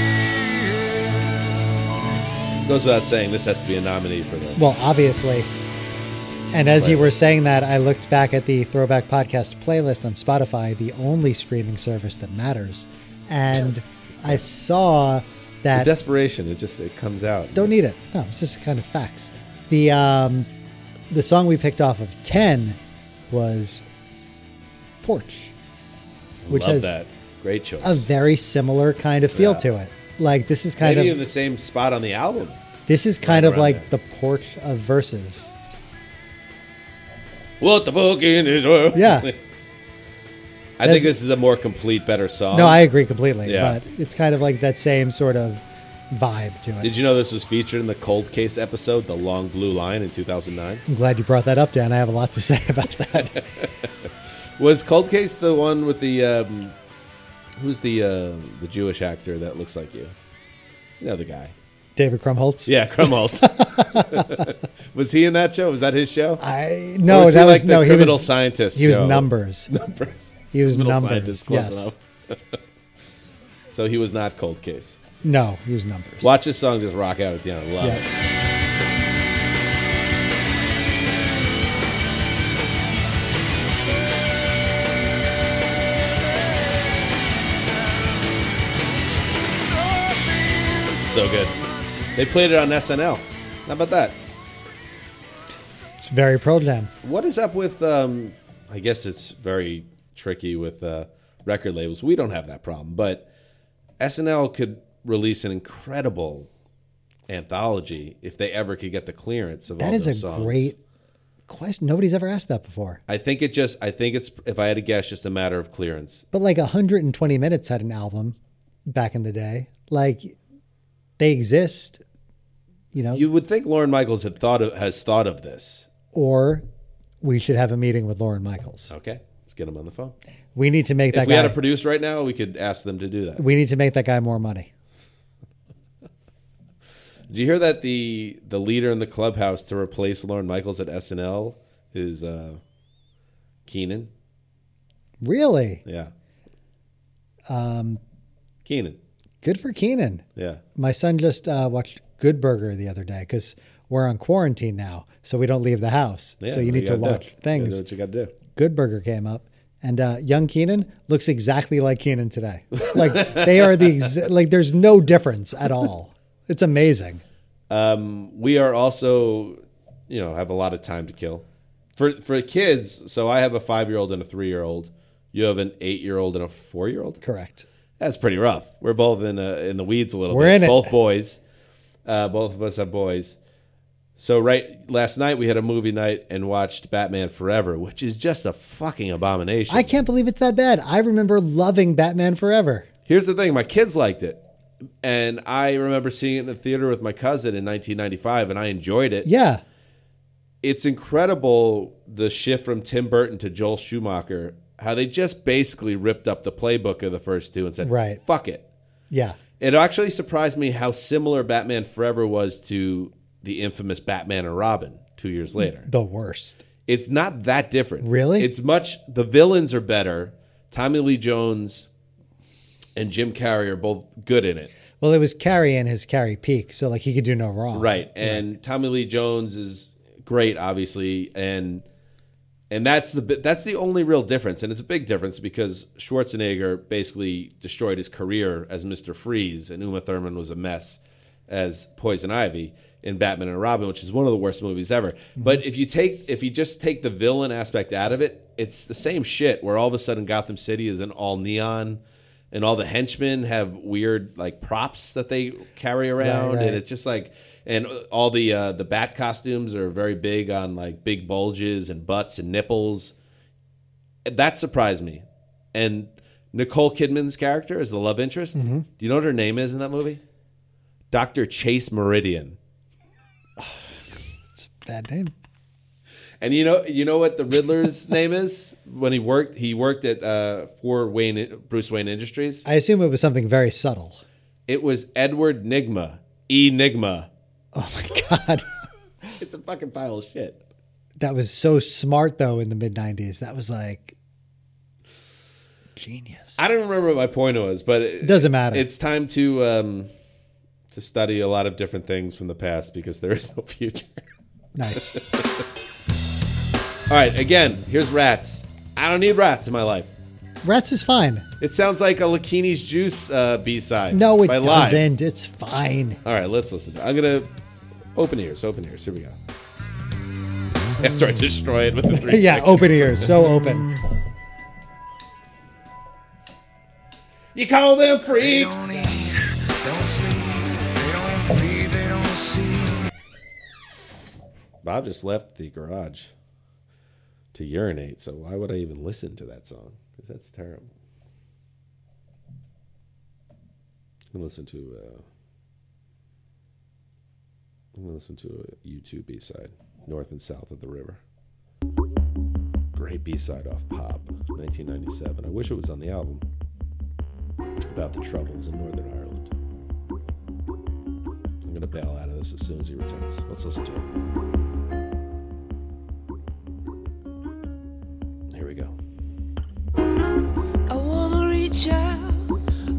G: forgive.
C: Goes without saying this has to be a nominee for the
D: Well, obviously. And as you
C: Playlist.
D: were saying that, I looked back at the Throwback Podcast playlist on Spotify, the only streaming service that matters, and I saw
C: The
D: that
C: desperation. It just it comes out.
D: don't need it. No, it's just kind of facts. The um, the song we picked off of ten was Porch, which
C: Love
D: has
C: that. Great choice.
D: a very similar kind of feel
C: Yeah.
D: to it. Like this is kind
C: Maybe
D: of
C: in the same spot on the album.
D: this is kind of
C: around
D: like the porch of verses.
C: What the fuck in Israel?
D: Yeah.
C: (laughs) I think
D: That's-
C: this is a more complete, better song.
D: No, I agree completely.
C: yeah.
D: But it's kind of like that same sort of vibe to it.
C: Did you know this was featured in the Cold Case episode, The Long Blue Line in 2009?
D: I'm glad you brought that up, Dan. I have a lot to (laughs) say about that.
C: Was Cold Case the one with the um, who's the um the Jewish actor that looks like you? You know the guy.
D: David Krumholtz.
C: Yeah, (laughs) Krumholtz. was he in that show? Was that his show?
D: I no,
C: Or was
D: that
C: he
D: was
C: like the
D: no. He
C: criminal
D: was
C: scientist.
D: He was
C: show?
D: numbers.
C: (laughs) Numbers.
D: He was
C: Criminal
D: numbers.
C: scientist, close
D: yes. (laughs)
C: enough. (laughs) So he was not Cold Case.
D: No, he was numbers.
C: Watch this song just rock out at the end. I love
D: Yeah.
C: it. So good. They played it on SNL. How about that?
D: It's very pro jam.
C: What is up with? Um, I guess it's very tricky with uh, record labels. We don't have that problem, but SNL could release an incredible anthology if they ever could get the clearance of all
D: That is
C: those
D: a
C: songs.
D: great question. Nobody's ever asked that before.
C: I think it just. I think it's. If I had to guess, just a matter of clearance.
D: But like 120 minutes had an album back in the day. Like they exist, you know.
C: You would think Lauren Michaels had thought of, has thought of this.
D: or we should have a meeting with Lauren Michaels.
C: Okay, let's get him on the phone.
D: We need to make that
C: If we
D: guy.
C: had a produce right now, we could ask them to do that.
D: we need to make that guy more money.
C: Did you hear that the the leader in the clubhouse to replace Lauren Michaels at SNL is uh, Keenan?
D: Really
C: Yeah. Um,
D: Um,
C: Keenan.
D: good for Keenan.
C: Yeah.
D: My son just uh, watched Good Burger the other day because we're on quarantine now, so we don't leave the house.
C: yeah
D: so you
C: what
D: need
C: gotta
D: to
C: do.
D: watch
C: You gotta
D: things.
C: do what you got to do.
D: Good Burger came up, and uh, young Keenan looks exactly like Keenan today. Like they are the exa- like. There's no difference at all. It's amazing.
C: we are also, you know, have a lot of time to kill. For for kids, so I have a five year old and a three year old. You have an eight year old and a four year old.
D: Correct.
C: That's pretty rough. We're both in uh, in the weeds a little
D: We're
C: bit.
D: in it.
C: both boys. Uh, both of us have boys. So right last night we had a movie night and watched Batman Forever, which is just a fucking abomination.
D: I can't believe it's that bad. I remember loving Batman Forever.
C: Here's the thing, my kids liked it. And I remember seeing it in the theater with my cousin in 1995 and I enjoyed it.
D: Yeah.
C: It's incredible the shift from Tim Burton to Joel Schumacher, how they just basically ripped up the playbook of the first two and said,
D: Right.
C: fuck it.
D: Yeah.
C: It actually surprised me how similar Batman Forever was to the infamous Batman and Robin two years later.
D: The worst.
C: It's not that different.
D: Really?
C: It's much, the villains are better. Tommy Lee Jones and Jim Carrey are both good in it.
D: Well, it was Carrie and his Carrie peak, so like he could do no wrong.
C: Right. And Tommy Lee Jones is great, obviously. And and that's the bi- that's the only real difference, and it's a big difference because Schwarzenegger basically destroyed his career as Mister Freeze, and Uma Thurman was a mess as Poison Ivy in Batman and Robin, which is one of the worst movies ever.
D: Mm-hmm.
C: But if you take if you just take the villain aspect out of it, it's the same shit. Where all of a sudden Gotham City is an all neon, and all the henchmen have weird like props that they carry around,
D: right.
C: and it's just like and all the uh, the bat costumes are very big on like big bulges and butts and nipples. That surprised me, and. Nicole Kidman's character is the love interest. Do you know what her name is in that movie? Dr. Chase Meridian.
D: Bad name.
C: And you know, you know what the Riddler's name is when he worked. He worked at uh, for Wayne Bruce Wayne Industries.
D: I assume it was something very subtle.
C: It was Edward Nigma, Enigma.
D: God,
C: (laughs) It's a fucking pile of shit.
D: that was so smart though in the mid '90s. That was like genius.
C: I don't remember what my point was, but it
D: Doesn't matter.
C: It's time to um, to study a lot of different things from the past because there is no future. (laughs)
D: Nice.
C: All right, again, here's rats. I don't need rats in my life.
D: Rats is fine.
C: It sounds like a Lakini's Juice uh, B-side.
D: No, it
C: by Live.
D: doesn't. It's fine. (laughs)
C: All right, let's listen. I'm gonna open ears, open ears. Here we go. (laughs) After I destroy it with the three.
D: (laughs) yeah,
C: seconds.
D: open ears. So open.
C: You call them freaks.
G: Don't eat, don't sleep, they don't breathe, they don't see.
C: Bob just left the garage to urinate, so why would I even listen to that song? Because that's terrible. I'm gonna listen to. Uh, I'm gonna listen to a U2 B-side, "North and South of the River." Great B-side off Pop, 1997. I wish it was on the album about the troubles in Northern Ireland. I'm gonna bail out of this as soon as he returns. Let's listen to it. Here we go.
I: I wanna reach out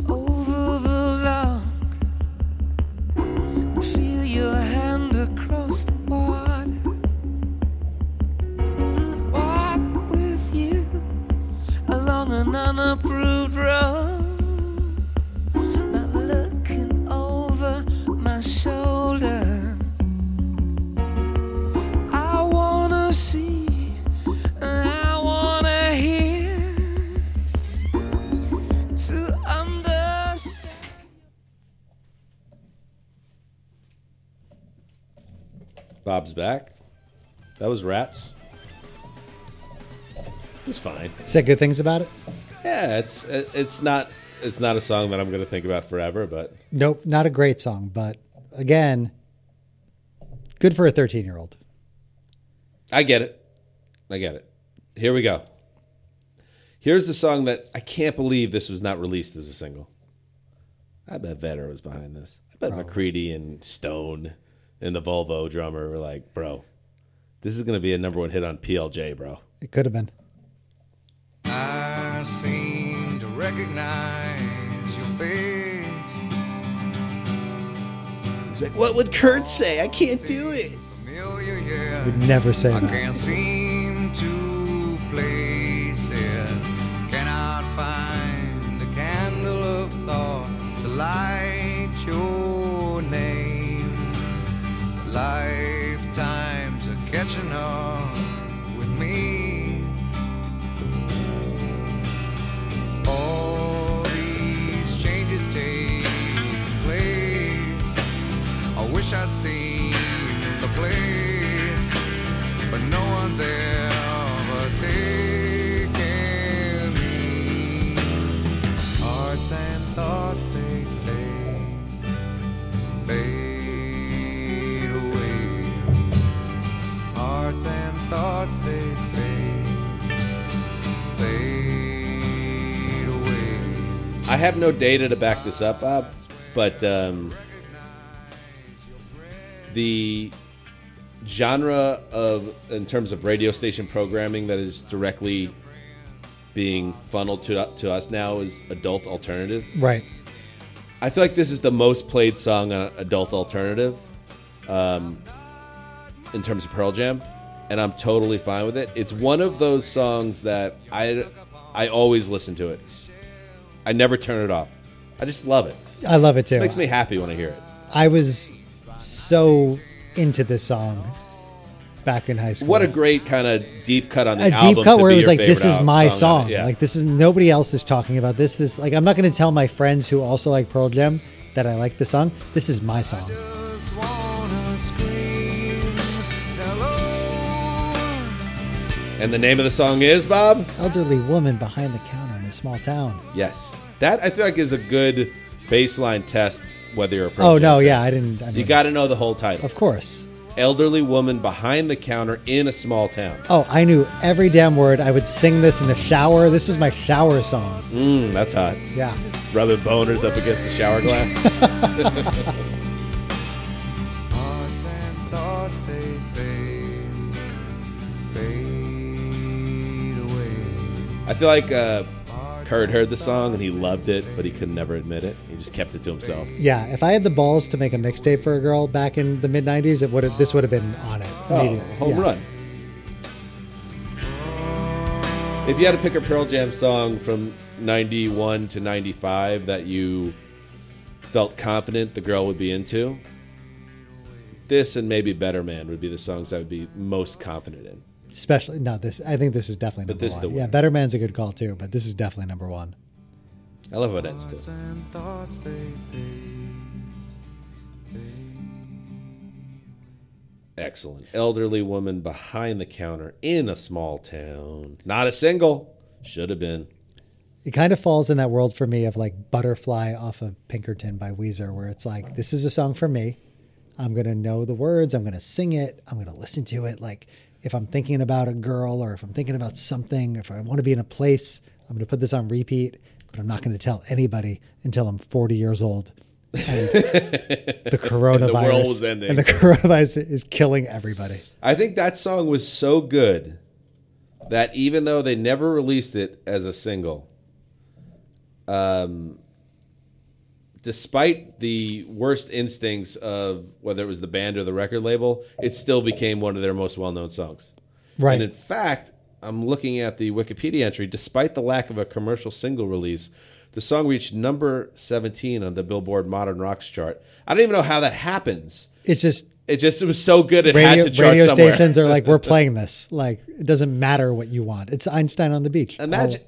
I: over the log and feel your hand across the water. Walk with you along an unapproved road, not looking over my shoulder. I wanna see and I wanna hear to understand.
C: Bob's back. That was rats. It's fine.
D: Said good things about it.
C: Yeah, it's it- it's not it's not a song that I'm going to think about forever, but
D: Nope, not a great song, but again, good for a 13 year old.
C: I get it. I get it. Here we go. Here's the song that I can't believe this was not released as a single. I bet Vetter was behind this. I bet McCready and Stone and the Volvo drummer were like, "Bro, this is going to be a number one hit on PLJ, bro."
D: It could have been.
G: I seem to recognize your face.
C: He's like, "What would Kurt say? I can't do it."
G: Familiar, yeah.
D: Would never say
G: I
D: that.
G: can't seem to place it. Cannot find a candle of thought to light your name. Lifetimes are catching up with me. All these changes take place. I wish I'd seen the place but no one's ever taken me. Hearts and thoughts they fade, fade away. Hearts and thoughts they fade, fade away.
C: I have no data to back this up, Bob, but um, the genre of, in terms of radio station programming that is directly being funneled to, to us now is adult alternative.
D: Right.
C: I feel like this is the most played song on adult alternative um, in terms of Pearl Jam. and I'm totally fine with it. It's one of those songs that I I always listen to it. I never turn it off. I just love it.
D: I love it too.
C: It makes me happy when I hear it.
D: I was so into this song back in high school.
C: What a great kind of deep cut on the
D: a
C: album.
D: deep cut
C: to
D: where
C: be
D: it was
C: your
D: like, "This
C: favorite
D: is
C: al-
D: my
C: on it.
D: song.
C: Yeah.
D: Like this is nobody else is talking about this. This like I'm not going to tell my friends who also like Pearl Jam that I like the song. This is my song.
G: just wanna scream. Hello,
C: and the name of the song is Bob.
D: Elderly woman behind the counter in a small town.
C: Yes, that I feel like is a good baseline test whether you're a. Pearl
D: Oh
C: Jam
D: no,
C: fan.
D: yeah, I didn't. I mean,
C: You got to know the whole title.
D: of course.
C: Elderly woman behind the counter in a small town.
D: Oh, I knew every damn word. I would sing this in the shower. This was my shower song.
C: Mm, that's hot.
D: Yeah.
C: Rubbing boners up against the shower glass.
G: hearts and thoughts they fade, fade away.
C: I feel like uh, Kurt heard the song and he loved it, but he could never admit it. He just kept it to himself.
D: Yeah, if I had the balls to make a mixtape for a girl back in the mid '90s, it would have. This would have been on it.
C: Oh,
D: immediately.
C: home
D: Yeah.
C: run. If you had to pick a Pearl Jam song from 91 to 95 that you felt confident the girl would be into, this and maybe Better Man would be the songs I would be most confident in.
D: Especially no, this. I think this is definitely number
C: this is
D: one.
C: the
D: yeah,
C: winner.
D: Better Man's a good call too, but this is definitely number one.
C: I love how it ends, too.
G: And thoughts they fade.
C: Excellent. Elderly woman behind the counter in a small town. Not a single. Should have been.
D: It kind of falls in that world for me of like Butterfly off of Pinkerton by Weezer, where it's like this is a song for me. I'm gonna know the words. I'm gonna sing it. I'm gonna listen to it. Like if I'm thinking about a girl or if I'm thinking about something, if I want to be in a place, I'm gonna put this on repeat. But I'm not gonna tell anybody until I'm 40 years old.
C: (laughs)
D: And the coronavirus
C: world is ending.
D: and the (laughs) coronavirus is killing everybody.
C: I think that song was so good that even though they never released it as a single, um, despite the worst instincts of whether it was the band or the record label, it still became one of their most well known songs.
D: Right.
C: And in fact, I'm looking at the Wikipedia entry. Despite the lack of a commercial single release, the song reached number 17 on the Billboard Modern Rocks chart. I don't even know how that happens.
D: it's just
C: It just it was so good it had
D: radio,
C: to chart
D: radio
C: somewhere.
D: stations are
C: (laughs)
D: like, we're playing this. Like, it doesn't matter what you want. It's Einstein on the beach.
C: Imagine,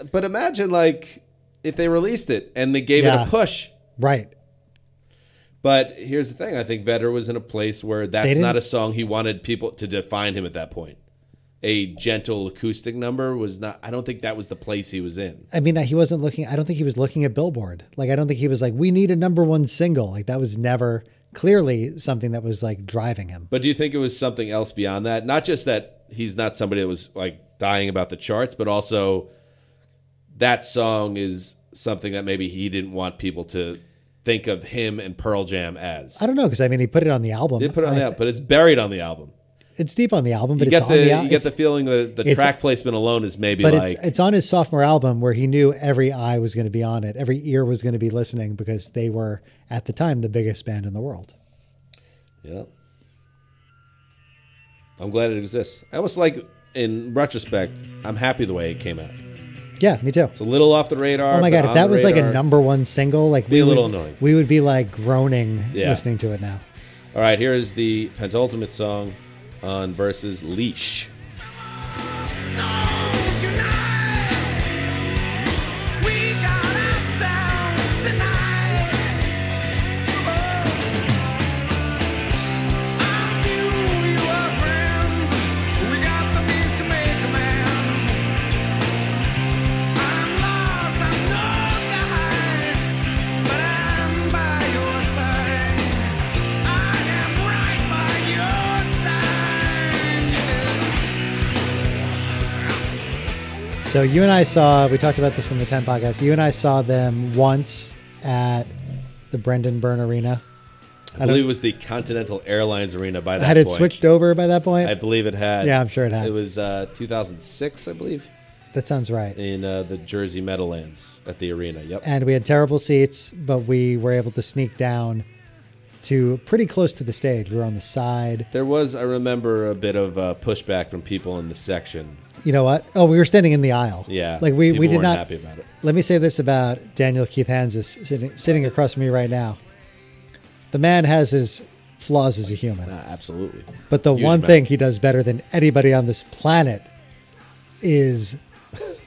D: Oh,
C: but imagine like if they released it and they gave
D: Yeah.
C: it a push.
D: right.
C: But here's the thing: I think Vetter was in a place where
D: They
C: that's
D: didn't-
C: not a song he wanted people to define him at that point. A gentle acoustic number was not. I don't think that was the place he was in.
D: I mean, he wasn't looking, I don't think he was looking at Billboard. Like, I don't think he was like, we need a number one single. Like, that was never clearly something that was like driving him.
C: But do you think it was something else beyond that? Not just that he's not somebody that was like dying about the charts, but also that song is something that maybe he didn't want people to think of him and Pearl Jam as.
D: I don't know. Cause I mean, he put it on the album.
C: Did put it on
D: I-
C: the album, but it's buried on the album.
D: It's deep on the album, but
C: you
D: it's
C: get
D: on
C: the,
D: the
C: you
D: album.
C: get the feeling that the
D: it's-
C: track placement alone is maybe
D: But
C: like
D: it's it's on his sophomore album where he knew every eye was going to be on it, every ear was going to be listening because they were at the time the biggest band in the world.
C: yeah. I'm glad it exists. I was like in retrospect, I'm happy the way it came out.
D: Yeah, me too.
C: It's a little off the radar.
D: Oh
C: but
D: my god, if
C: on
D: that
C: the
D: was like a
C: radar.
D: number one single, like
C: Be
D: we
C: a little
D: would,
C: annoying.
D: We would be like groaning
C: Yeah.
D: listening to it now.
C: All right, here is the penultimate song on versus Leash.
D: So you and I saw we talked about this in the Ten podcast. You and I saw them once at the Brendan Byrne Arena.
C: I, believe it was the Continental Airlines Arena by that
D: Had it
C: point.
D: switched over by that point?
C: I believe it had.
D: Yeah, I'm sure it had.
C: It was uh, 2006, I believe,
D: that sounds right.
C: in uh, the Jersey Meadowlands at the arena. Yep.
D: and we had terrible seats, but we were able to sneak down to pretty close to the stage. We were on the side.
C: There was, I remember, a bit of uh, pushback from people in the section.
D: You know what? Oh, we were standing in the aisle.
C: Yeah,
D: Like we,
C: people
D: we did
C: weren't
D: not.
C: happy about it.
D: Let me say this about Daniel Keith Hansis sitting, sitting across from me right now. The man has his flaws as a human.
C: Ah, absolutely.
D: But the
C: Huge
D: one
C: amount.
D: thing he does better than anybody on this planet is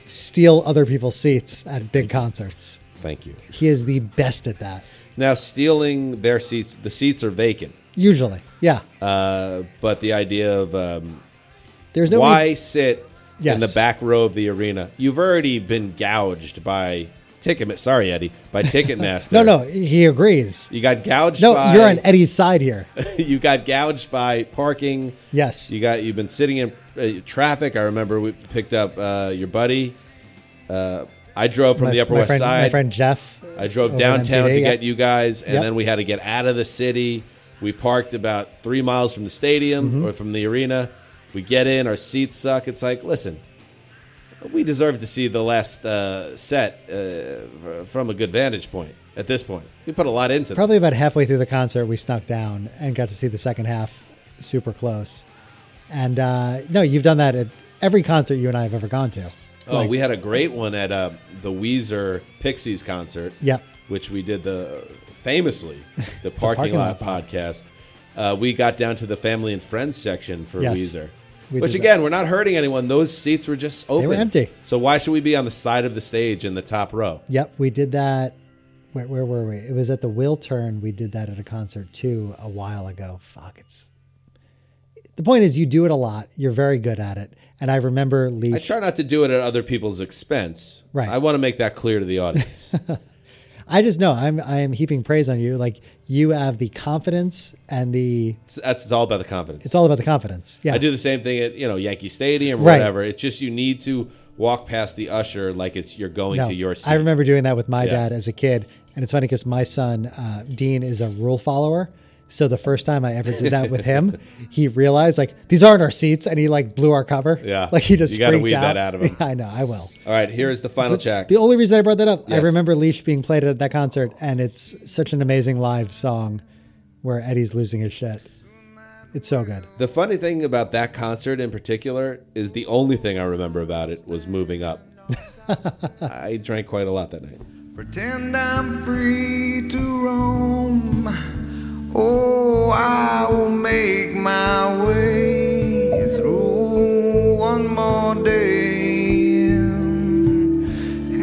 D: steal other people's seats at big concerts.
C: Thank you.
D: He is the best at that.
C: Now stealing their seats. The seats are vacant.
D: Usually, yeah.
C: Uh, but the idea of um,
D: There's no
C: why sit in
D: Yes.
C: the back row of the arena? You've already been gouged by Ticket. Sorry, Eddie,
D: (laughs)
C: by Ticketmaster.
D: No, no. He agrees.
C: You got gouged.
D: No,
C: by, (laughs)
D: you're on Eddie's side here.
C: you got gouged by parking.
D: Yes.
C: You got. You've been sitting in uh, traffic. I remember we picked up uh, your buddy. Uh, I drove from
D: My-
C: the Upper
D: my
C: West
D: friend,
C: Side.
D: My friend Jeff.
C: I drove
D: over
C: downtown
D: MTV,
C: to
D: yeah.
C: get you guys, and
D: Yep.
C: then we had to get out of the city. We parked about three miles from the stadium
D: Mm-hmm.
C: or from the arena. We get in, our seats suck. It's like, listen, we deserve to see the last uh, set uh, from a good vantage point. At this point, we put a lot into
D: Probably
C: this.
D: about halfway through the concert, we snuck down and got to see the second half super close. And uh, no, you've done that at every concert you and I have ever gone to.
C: Oh, we had a great one at uh, the Weezer Pixies concert.
D: Yep.
C: Which we did the
D: (laughs)
C: famously the parking,
D: Parking
C: lot,
D: Lot
C: podcast. Uh, we got down to the family and friends section for
D: Yes.
C: Weezer.
D: We
C: Which
D: did
C: again, we're not hurting anyone. Those seats were just open.
D: were empty.
C: So why should we be on the side of the stage in the top row?
D: Yep, we did that. Where, where were we? It was at the Will Turn. We did that at a concert too a while ago. Fuck, it's. The point is, you do it a lot. You're very good at it. And I remember Lee.
C: I try not to do it at other people's expense.
D: Right.
C: I want to make that clear to the
D: (laughs)
C: audience.
D: I just know I'm I am heaping praise on you. Like you have the confidence and the.
C: it's, that's it's all about the confidence.
D: It's all about the confidence. Yeah.
C: I do the same thing at you know Yankee Stadium or
D: Right.
C: whatever. It's just you need to walk past the usher like it's you're going
D: No,
C: to your seat.
D: I remember doing that with my
C: Yeah.
D: dad as a kid, and it's funny because my son uh, Dean is a rule follower. So the first time I ever did that with
C: (laughs)
D: him, he realized like these aren't our seats, and he like blew our cover.
C: Yeah.
D: (laughs) like he just
C: You gotta
D: freaked
C: weed
D: out.
C: that out of him.
D: (laughs) I know, I will.
C: All right, here is the final check.
D: The only reason I brought that up, I
C: Yes.
D: remember Leash being played at that concert, and it's such an amazing live song where Eddie's losing his shit. It's so good.
C: The funny thing about that concert in particular is the only thing I remember about it was moving
D: (laughs)
C: up. I drank quite a lot that night.
G: Pretend I'm free to roam. Oh, I will make my way through one more day. in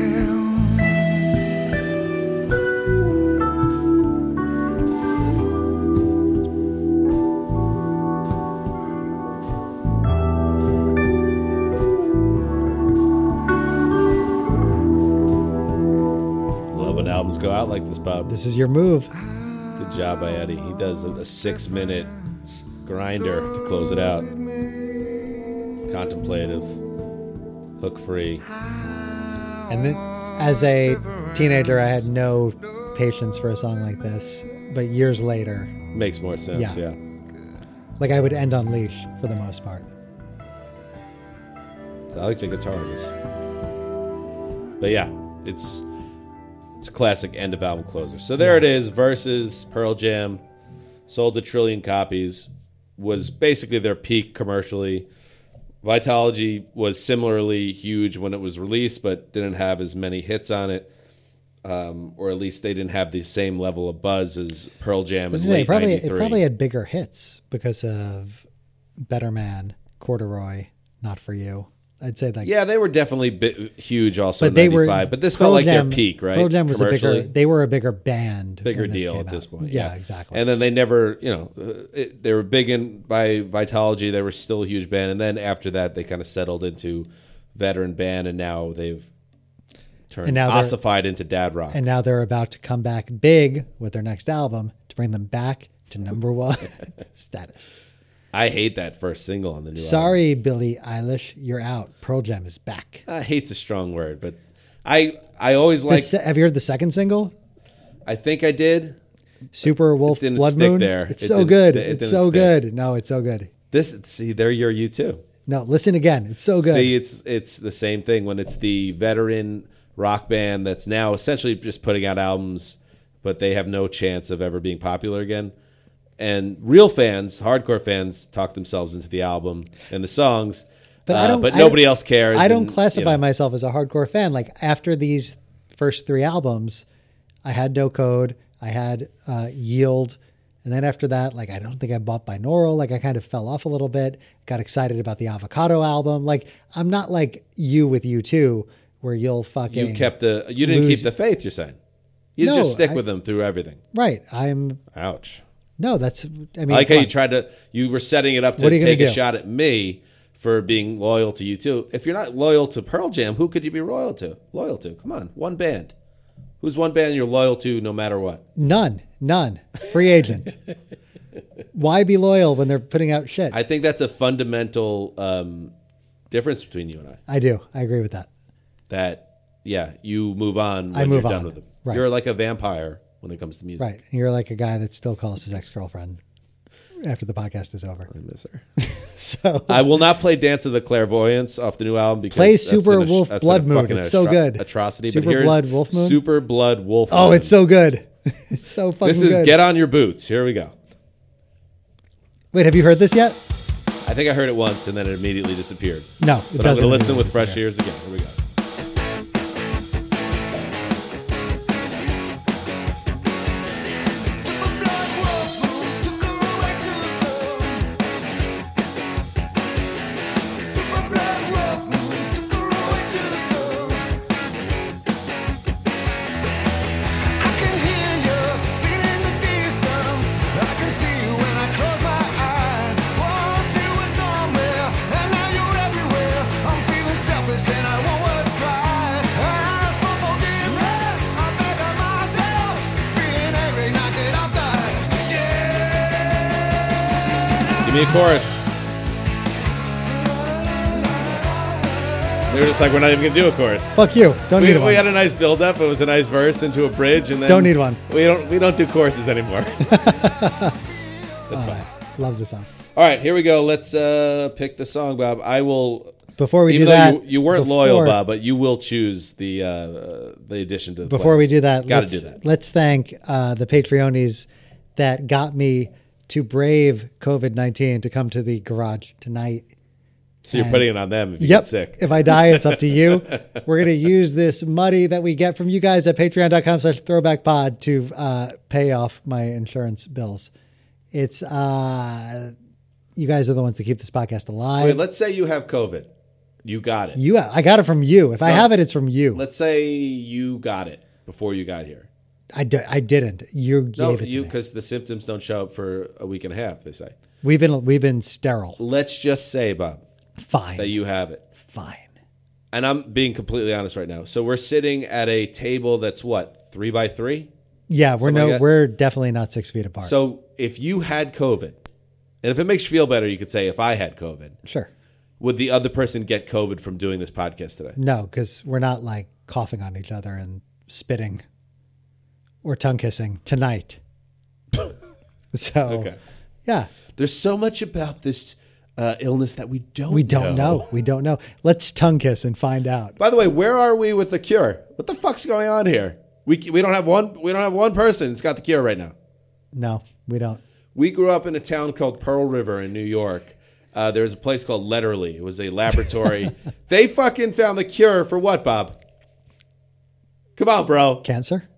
G: hell.
C: Love when albums go out like this, Bob.
D: This is your move.
C: Good job by Eddie. He does a, a six minute grinder to close it out. Contemplative, hook free.
D: And then, as a teenager, I had no patience for a song like this. But years later,
C: Makes more sense,
D: Yeah.
C: yeah.
D: like I would end on leash for the most part.
C: I like the guitar in this. But yeah, it's it's a classic end of album closer. So there it is, versus Pearl Jam. Sold a trillion copies. Was basically their peak commercially. Vitalogy was similarly huge when it was released, but didn't have as many hits on it. Um, or at least they didn't have the same level of buzz as Pearl Jam in
D: This is it.
C: late
D: It probably it
C: 93.
D: probably had bigger hits because of Better Man, Corduroy, Not for You. I'd say like
C: yeah, they were definitely bit huge also
D: but they
C: in 95,
D: were
C: but this
D: Pearl
C: felt like
D: Jam-
C: their peak, right?
D: Pearl Jam was a bigger
C: Commercially.
D: they were a bigger band,
C: bigger
D: when
C: deal
D: came
C: at
D: out.
C: this point.
D: Yeah, exactly.
C: And then they never, you know, uh, it, they were big in by Vitalogy. They were still a huge band, and then after that, they kind of settled into veteran band, and now they've turned
D: And now they're-
C: ossified into dad rock.
D: and now they're about to come back big with their next album to bring them back
C: (laughs)
D: to number one (laughs) status.
C: I hate that first single on the new. album.
D: Sorry, Billie Eilish, you're out. Pearl Jam is back.
C: uh, hate's a strong word, but I I always
D: The
C: like.
D: se- have you heard the second single?
C: I think I did
D: Super Wolf
C: didn't
D: Blood
C: stick
D: Moon.
C: there.
D: It's
C: It
D: so
C: didn't
D: good.
C: sti- it
D: it's
C: didn't
D: so
C: stick.
D: good. No, it's so good.
C: this. See, they're your you too.
D: No, listen again. It's so good.
C: See, it's it's the same thing when it's the veteran rock band that's now essentially just putting out albums, but they have no chance of ever being popular again. And real fans, hardcore fans, talk themselves into the album and the songs.
D: But I
C: uh,
D: don't.
C: but
D: I
C: nobody
D: don't-
C: else cares.
D: I don't
C: and, you
D: classify
C: know.
D: myself as a hardcore fan. Like after these first three albums, I had No Code, I had uh, Yield, and then after that, like I don't think I bought Binaural. Like I kind of fell off a little bit. Got excited about the Avocado album. Like I'm not like you with you two, where you'll fucking
C: You kept the. You didn't
D: Lose-
C: keep the faith. You're saying. You
D: No,
C: just stick
D: I-
C: with them through everything.
D: right. I'm
C: Ouch.
D: no. That's I mean.
C: I like how you
D: fine.
C: tried to. You were setting it up to
D: What are you gonna
C: take a
D: do?
C: shot at me for being loyal to you too. If you're not loyal to Pearl Jam, who could you be loyal to? Loyal to? Come on, one band. Who's one band you're loyal to no matter what?
D: None. None. Free agent. Why be loyal when they're putting out shit?
C: I think that's a fundamental um, difference between you and I.
D: I do. I agree with that.
C: That yeah, you move on when
D: I move
C: you're done
D: on.
C: with them.
D: Right.
C: You're like a vampire when it comes to music.
D: Right. And you're like a guy that still calls his ex girlfriend after the podcast is over. (laughs)
C: I miss her.
D: So
C: (laughs) I will not play Dance of the Clairvoyance off the new album because
D: Play
C: that's
D: Super
C: an atro-
D: Wolf
C: that's
D: Blood
C: a
D: Moon.
C: fucking
D: It's so good.
C: Atrocity.
D: Super
C: but here's
D: Blood Wolf Moon?
C: Super Blood Wolf.
D: Oh,
C: Moon.
D: it's so good. (laughs) it's so fucking
C: This is
D: good.
C: Get On Your Boots. Here we go.
D: Wait, have you heard this yet?
C: I think I heard it once and then it immediately disappeared.
D: No, it
C: But I'm
D: doesn't
C: going to listen with
D: immediately
C: fresh ears again. Here we go.
G: And I want what's right. Ask for forgiveness. I beg of myself. Feeling every night that I've died.
C: Give me a chorus. They were just like, we're not even going to do a chorus.
D: Fuck you. Don't
C: We,
D: need
C: we
D: one.
C: had a nice build up. It was a nice verse into a bridge, and then
D: Don't need one.
C: We don't we don't do choruses anymore. (laughs) That's fine.
D: Love the song.
C: All right, here we go. Let's uh, pick the song, Bob. I will.
D: Before we
C: even
D: do
C: though
D: that,
C: you, you weren't
D: before-
C: loyal, Bob, but you will choose the uh, the addition to the
D: Before we
C: playlist.
D: do that,
C: Gotta
D: let's,
C: do that.
D: let's thank uh, the Patreonis that got me to brave COVID 19 to come to the garage tonight.
C: So you're putting it on them if you
D: yep.
C: get sick.
D: If I die, it's up
C: (laughs)
D: to you. We're gonna use this money that we get from you guys at patreon.com slash throwback pod to uh, pay off my insurance bills. It's uh you guys are the ones that keep this podcast alive.
C: Wait, let's say you have COVID. You got it.
D: you I got it from you. If I have it, it's from you.
C: let's say you got it before you got here.
D: I, d- I didn't. You gave
C: No,
D: it to
C: you
D: me.
C: because the symptoms don't show up for a week and a half. They say.
D: We've been we've been sterile.
C: Let's just say, Bob,
D: Fine.
C: that you have it.
D: Fine.
C: and I'm being completely honest right now. So we're sitting at a table that's what three by three.
D: Yeah, we're
C: Something
D: no
C: like that.
D: we're definitely not six feet apart.
C: So if you had COVID, and if it makes you feel better, you could say if I had COVID,
D: sure.
C: would the other person get COVID from doing this podcast today?
D: No, because we're not like coughing on each other and spitting or tongue kissing tonight. (laughs) so,
C: Okay.
D: yeah,
C: There's so much about this uh, illness that we don't
D: we don't know. We don't know. Let's tongue kiss and find out.
C: By the way, where are we with the cure? What the fuck's going on here? We we don't have one we don't have one person that's got the cure right now.
D: No, we don't.
C: We grew up in a town called Pearl River in New York. Uh, there was a place called Letterly. It was a
D: (laughs)
C: laboratory. they fucking found the cure for what, Bob? Come on, bro.
D: Cancer?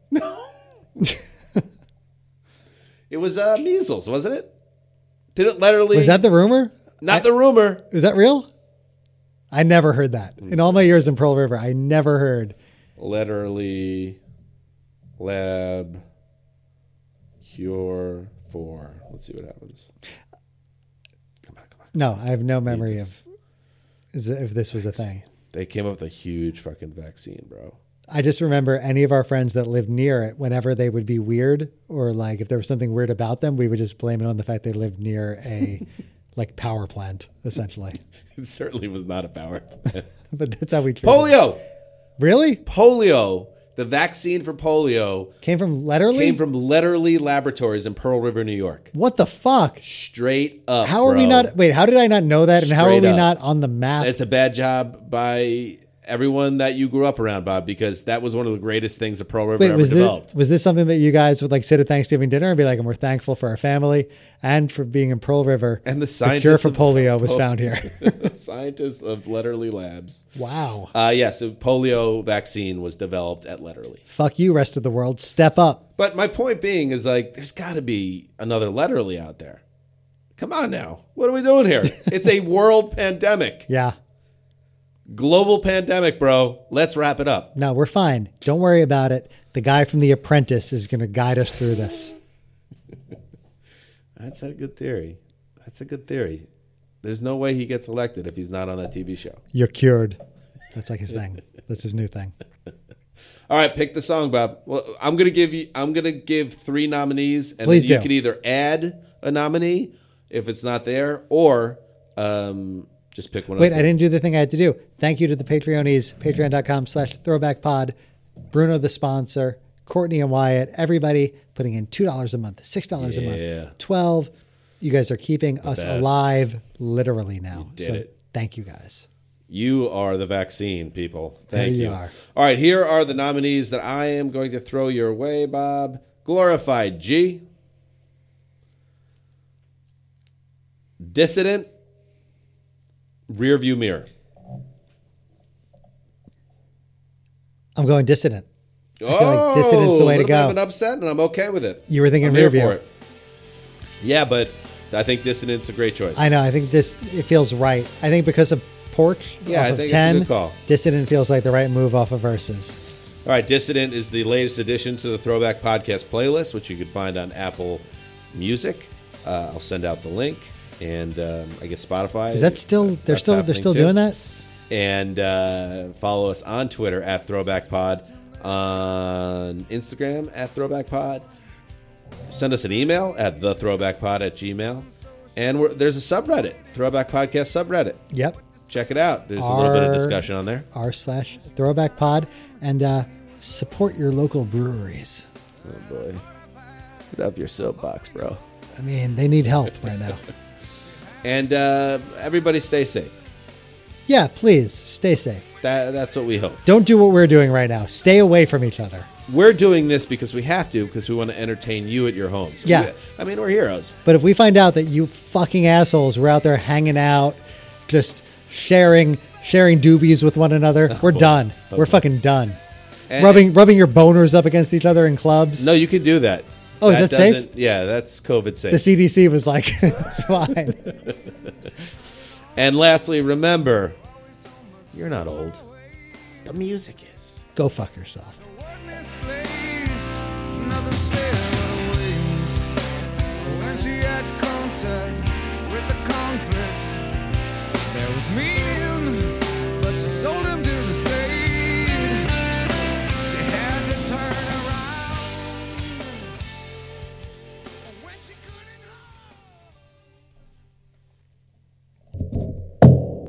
C: It was uh, measles, wasn't it? Did it Letterly?
D: Was that the rumor?
C: not the rumor?
D: Is that real? I never heard that. In all my years in Pearl River, I never heard.
C: Letterly lab cure for. Let's see what happens. Come on, come on.
D: No, I have no memory of is- if this was a thing.
C: They came up with a huge fucking vaccine, bro. (laughs)
D: I just remember any of our friends that lived near it, whenever they would be weird or like if there was something weird about them, we would just blame it on the fact they lived near
C: (laughs)
D: a like power plant, essentially. (laughs)
C: It certainly was not a power.
D: but that's how we treat
C: (laughs)
D: it.
C: Polio.
D: Really?
C: polio, the vaccine for polio,
D: Came from Letterly?
C: came from Letterly Laboratories in Pearl River, New York.
D: what the fuck?
C: Straight up.
D: How are we
C: bro.
D: not? Wait, how did I not know that? And how are
C: Straight
D: we
C: up.
D: not on the map?
C: It's a bad job by everyone that you grew up around, Bob, because that was one of the greatest things that Pearl River
D: Wait,
C: ever
D: was
C: developed. (laughs)
D: this was this something that you guys would like sit at Thanksgiving dinner and be like, and we're thankful for our family and for being in Pearl River
C: and the
D: the
C: scientists
D: cure for
C: of-
D: polio was
C: (laughs)
D: found here.
C: scientists of Letterly Labs.
D: wow,
C: Uh, yes, a polio vaccine was developed at Letterly.
D: fuck you, rest of the world, step up.
C: But my point being is like, there's got to be another Letterly out there. Come on now, what are we doing (laughs) here? It's a world pandemic,
D: Yeah,
C: global pandemic, bro. Let's wrap it up.
D: no, we're fine. Don't worry about it. The guy from The Apprentice is going to guide us through this.
C: That's a good theory. That's a good theory. There's no way he gets elected if he's not on that TV show.
D: You're cured. That's like his thing. That's his new thing.
C: All right, pick the song, Bob. Well, I'm gonna give you. I'm gonna give three nominees, and
D: Please
C: then you
D: do.
C: could either add a nominee if it's not there, or um, just pick one.
D: Wait,
C: of
D: I
C: them.
D: didn't do the thing I had to do. Thank you to the Patreonies, patreon.com slash throwback pod, Bruno the sponsor, Courtney and Wyatt, everybody putting in two dollars a month, six dollars a
C: Yeah.
D: month, twelve. You guys are keeping us
C: best.
D: alive literally now.
C: did
D: so
C: it.
D: thank you guys.
C: You are the vaccine, people. Thank
D: There you
C: you.
D: are.
C: All right, here are the nominees that I am going to throw your way, Bob. Glorified G. Dissident. Rearview mirror.
D: I'm going dissonant.
C: oh,
D: feel like dissident's the way to
C: little bit
D: go.
C: of an upset, and I'm okay with it.
D: You were thinking
C: I'm here
D: rearview.
C: for it. Yeah, but I think dissident's a great choice.
D: I know, I think this it feels right. I think because of Porch
C: Yeah,
D: off
C: I
D: of
C: think it's a
D: 10,
C: good call.
D: Dissident feels like the right move off of verses.
C: All right, Dissident is the latest addition to the Throwback Podcast playlist, which you can find on Apple Music. Uh, I'll send out the link, and um, I guess Spotify.
D: Is that still
C: That's-
D: they're
C: that's
D: still they're
C: happening
D: still
C: too.
D: doing that?
C: And uh, follow us on Twitter at Throwback Pod, on Instagram at Throwback Pod. Send us an email at the Throwback Pod at Gmail, and we're, there's a subreddit, Throwback Podcast subreddit.
D: Yep.
C: Check it out. There's a little bit of
D: Our-
C: discussion on there.
D: r slash throwback pod and uh, support your local breweries.
C: Oh boy, get off your soapbox, bro.
D: I mean, they need help
C: (laughs)
D: right now.
C: And uh, everybody stay safe.
D: Yeah, please stay safe.
C: That, that's what we hope.
D: Don't do what we're doing right now. Stay away from each other.
C: We're doing this because we have to, because we want to entertain you at your homes.
D: Yeah.
C: We- I mean, we're heroes.
D: But if we find out that you fucking assholes were out there hanging out, just sharing sharing doobies with one another,
C: (laughs)
D: we're
C: Oh,
D: done. We're fucking done.
C: And-
D: rubbing rubbing your boners up against each other in clubs.
C: No, you can do that.
D: Oh, is that safe?
C: doesn't- Yeah, that's COVID safe.
D: The CDC was like, (laughs) it's fine.
C: and lastly, remember, you're not old. The music is.
D: Go fuck yourself.
G: Nothing said but a waste. Oh, When she had contact with the conflict, there was me.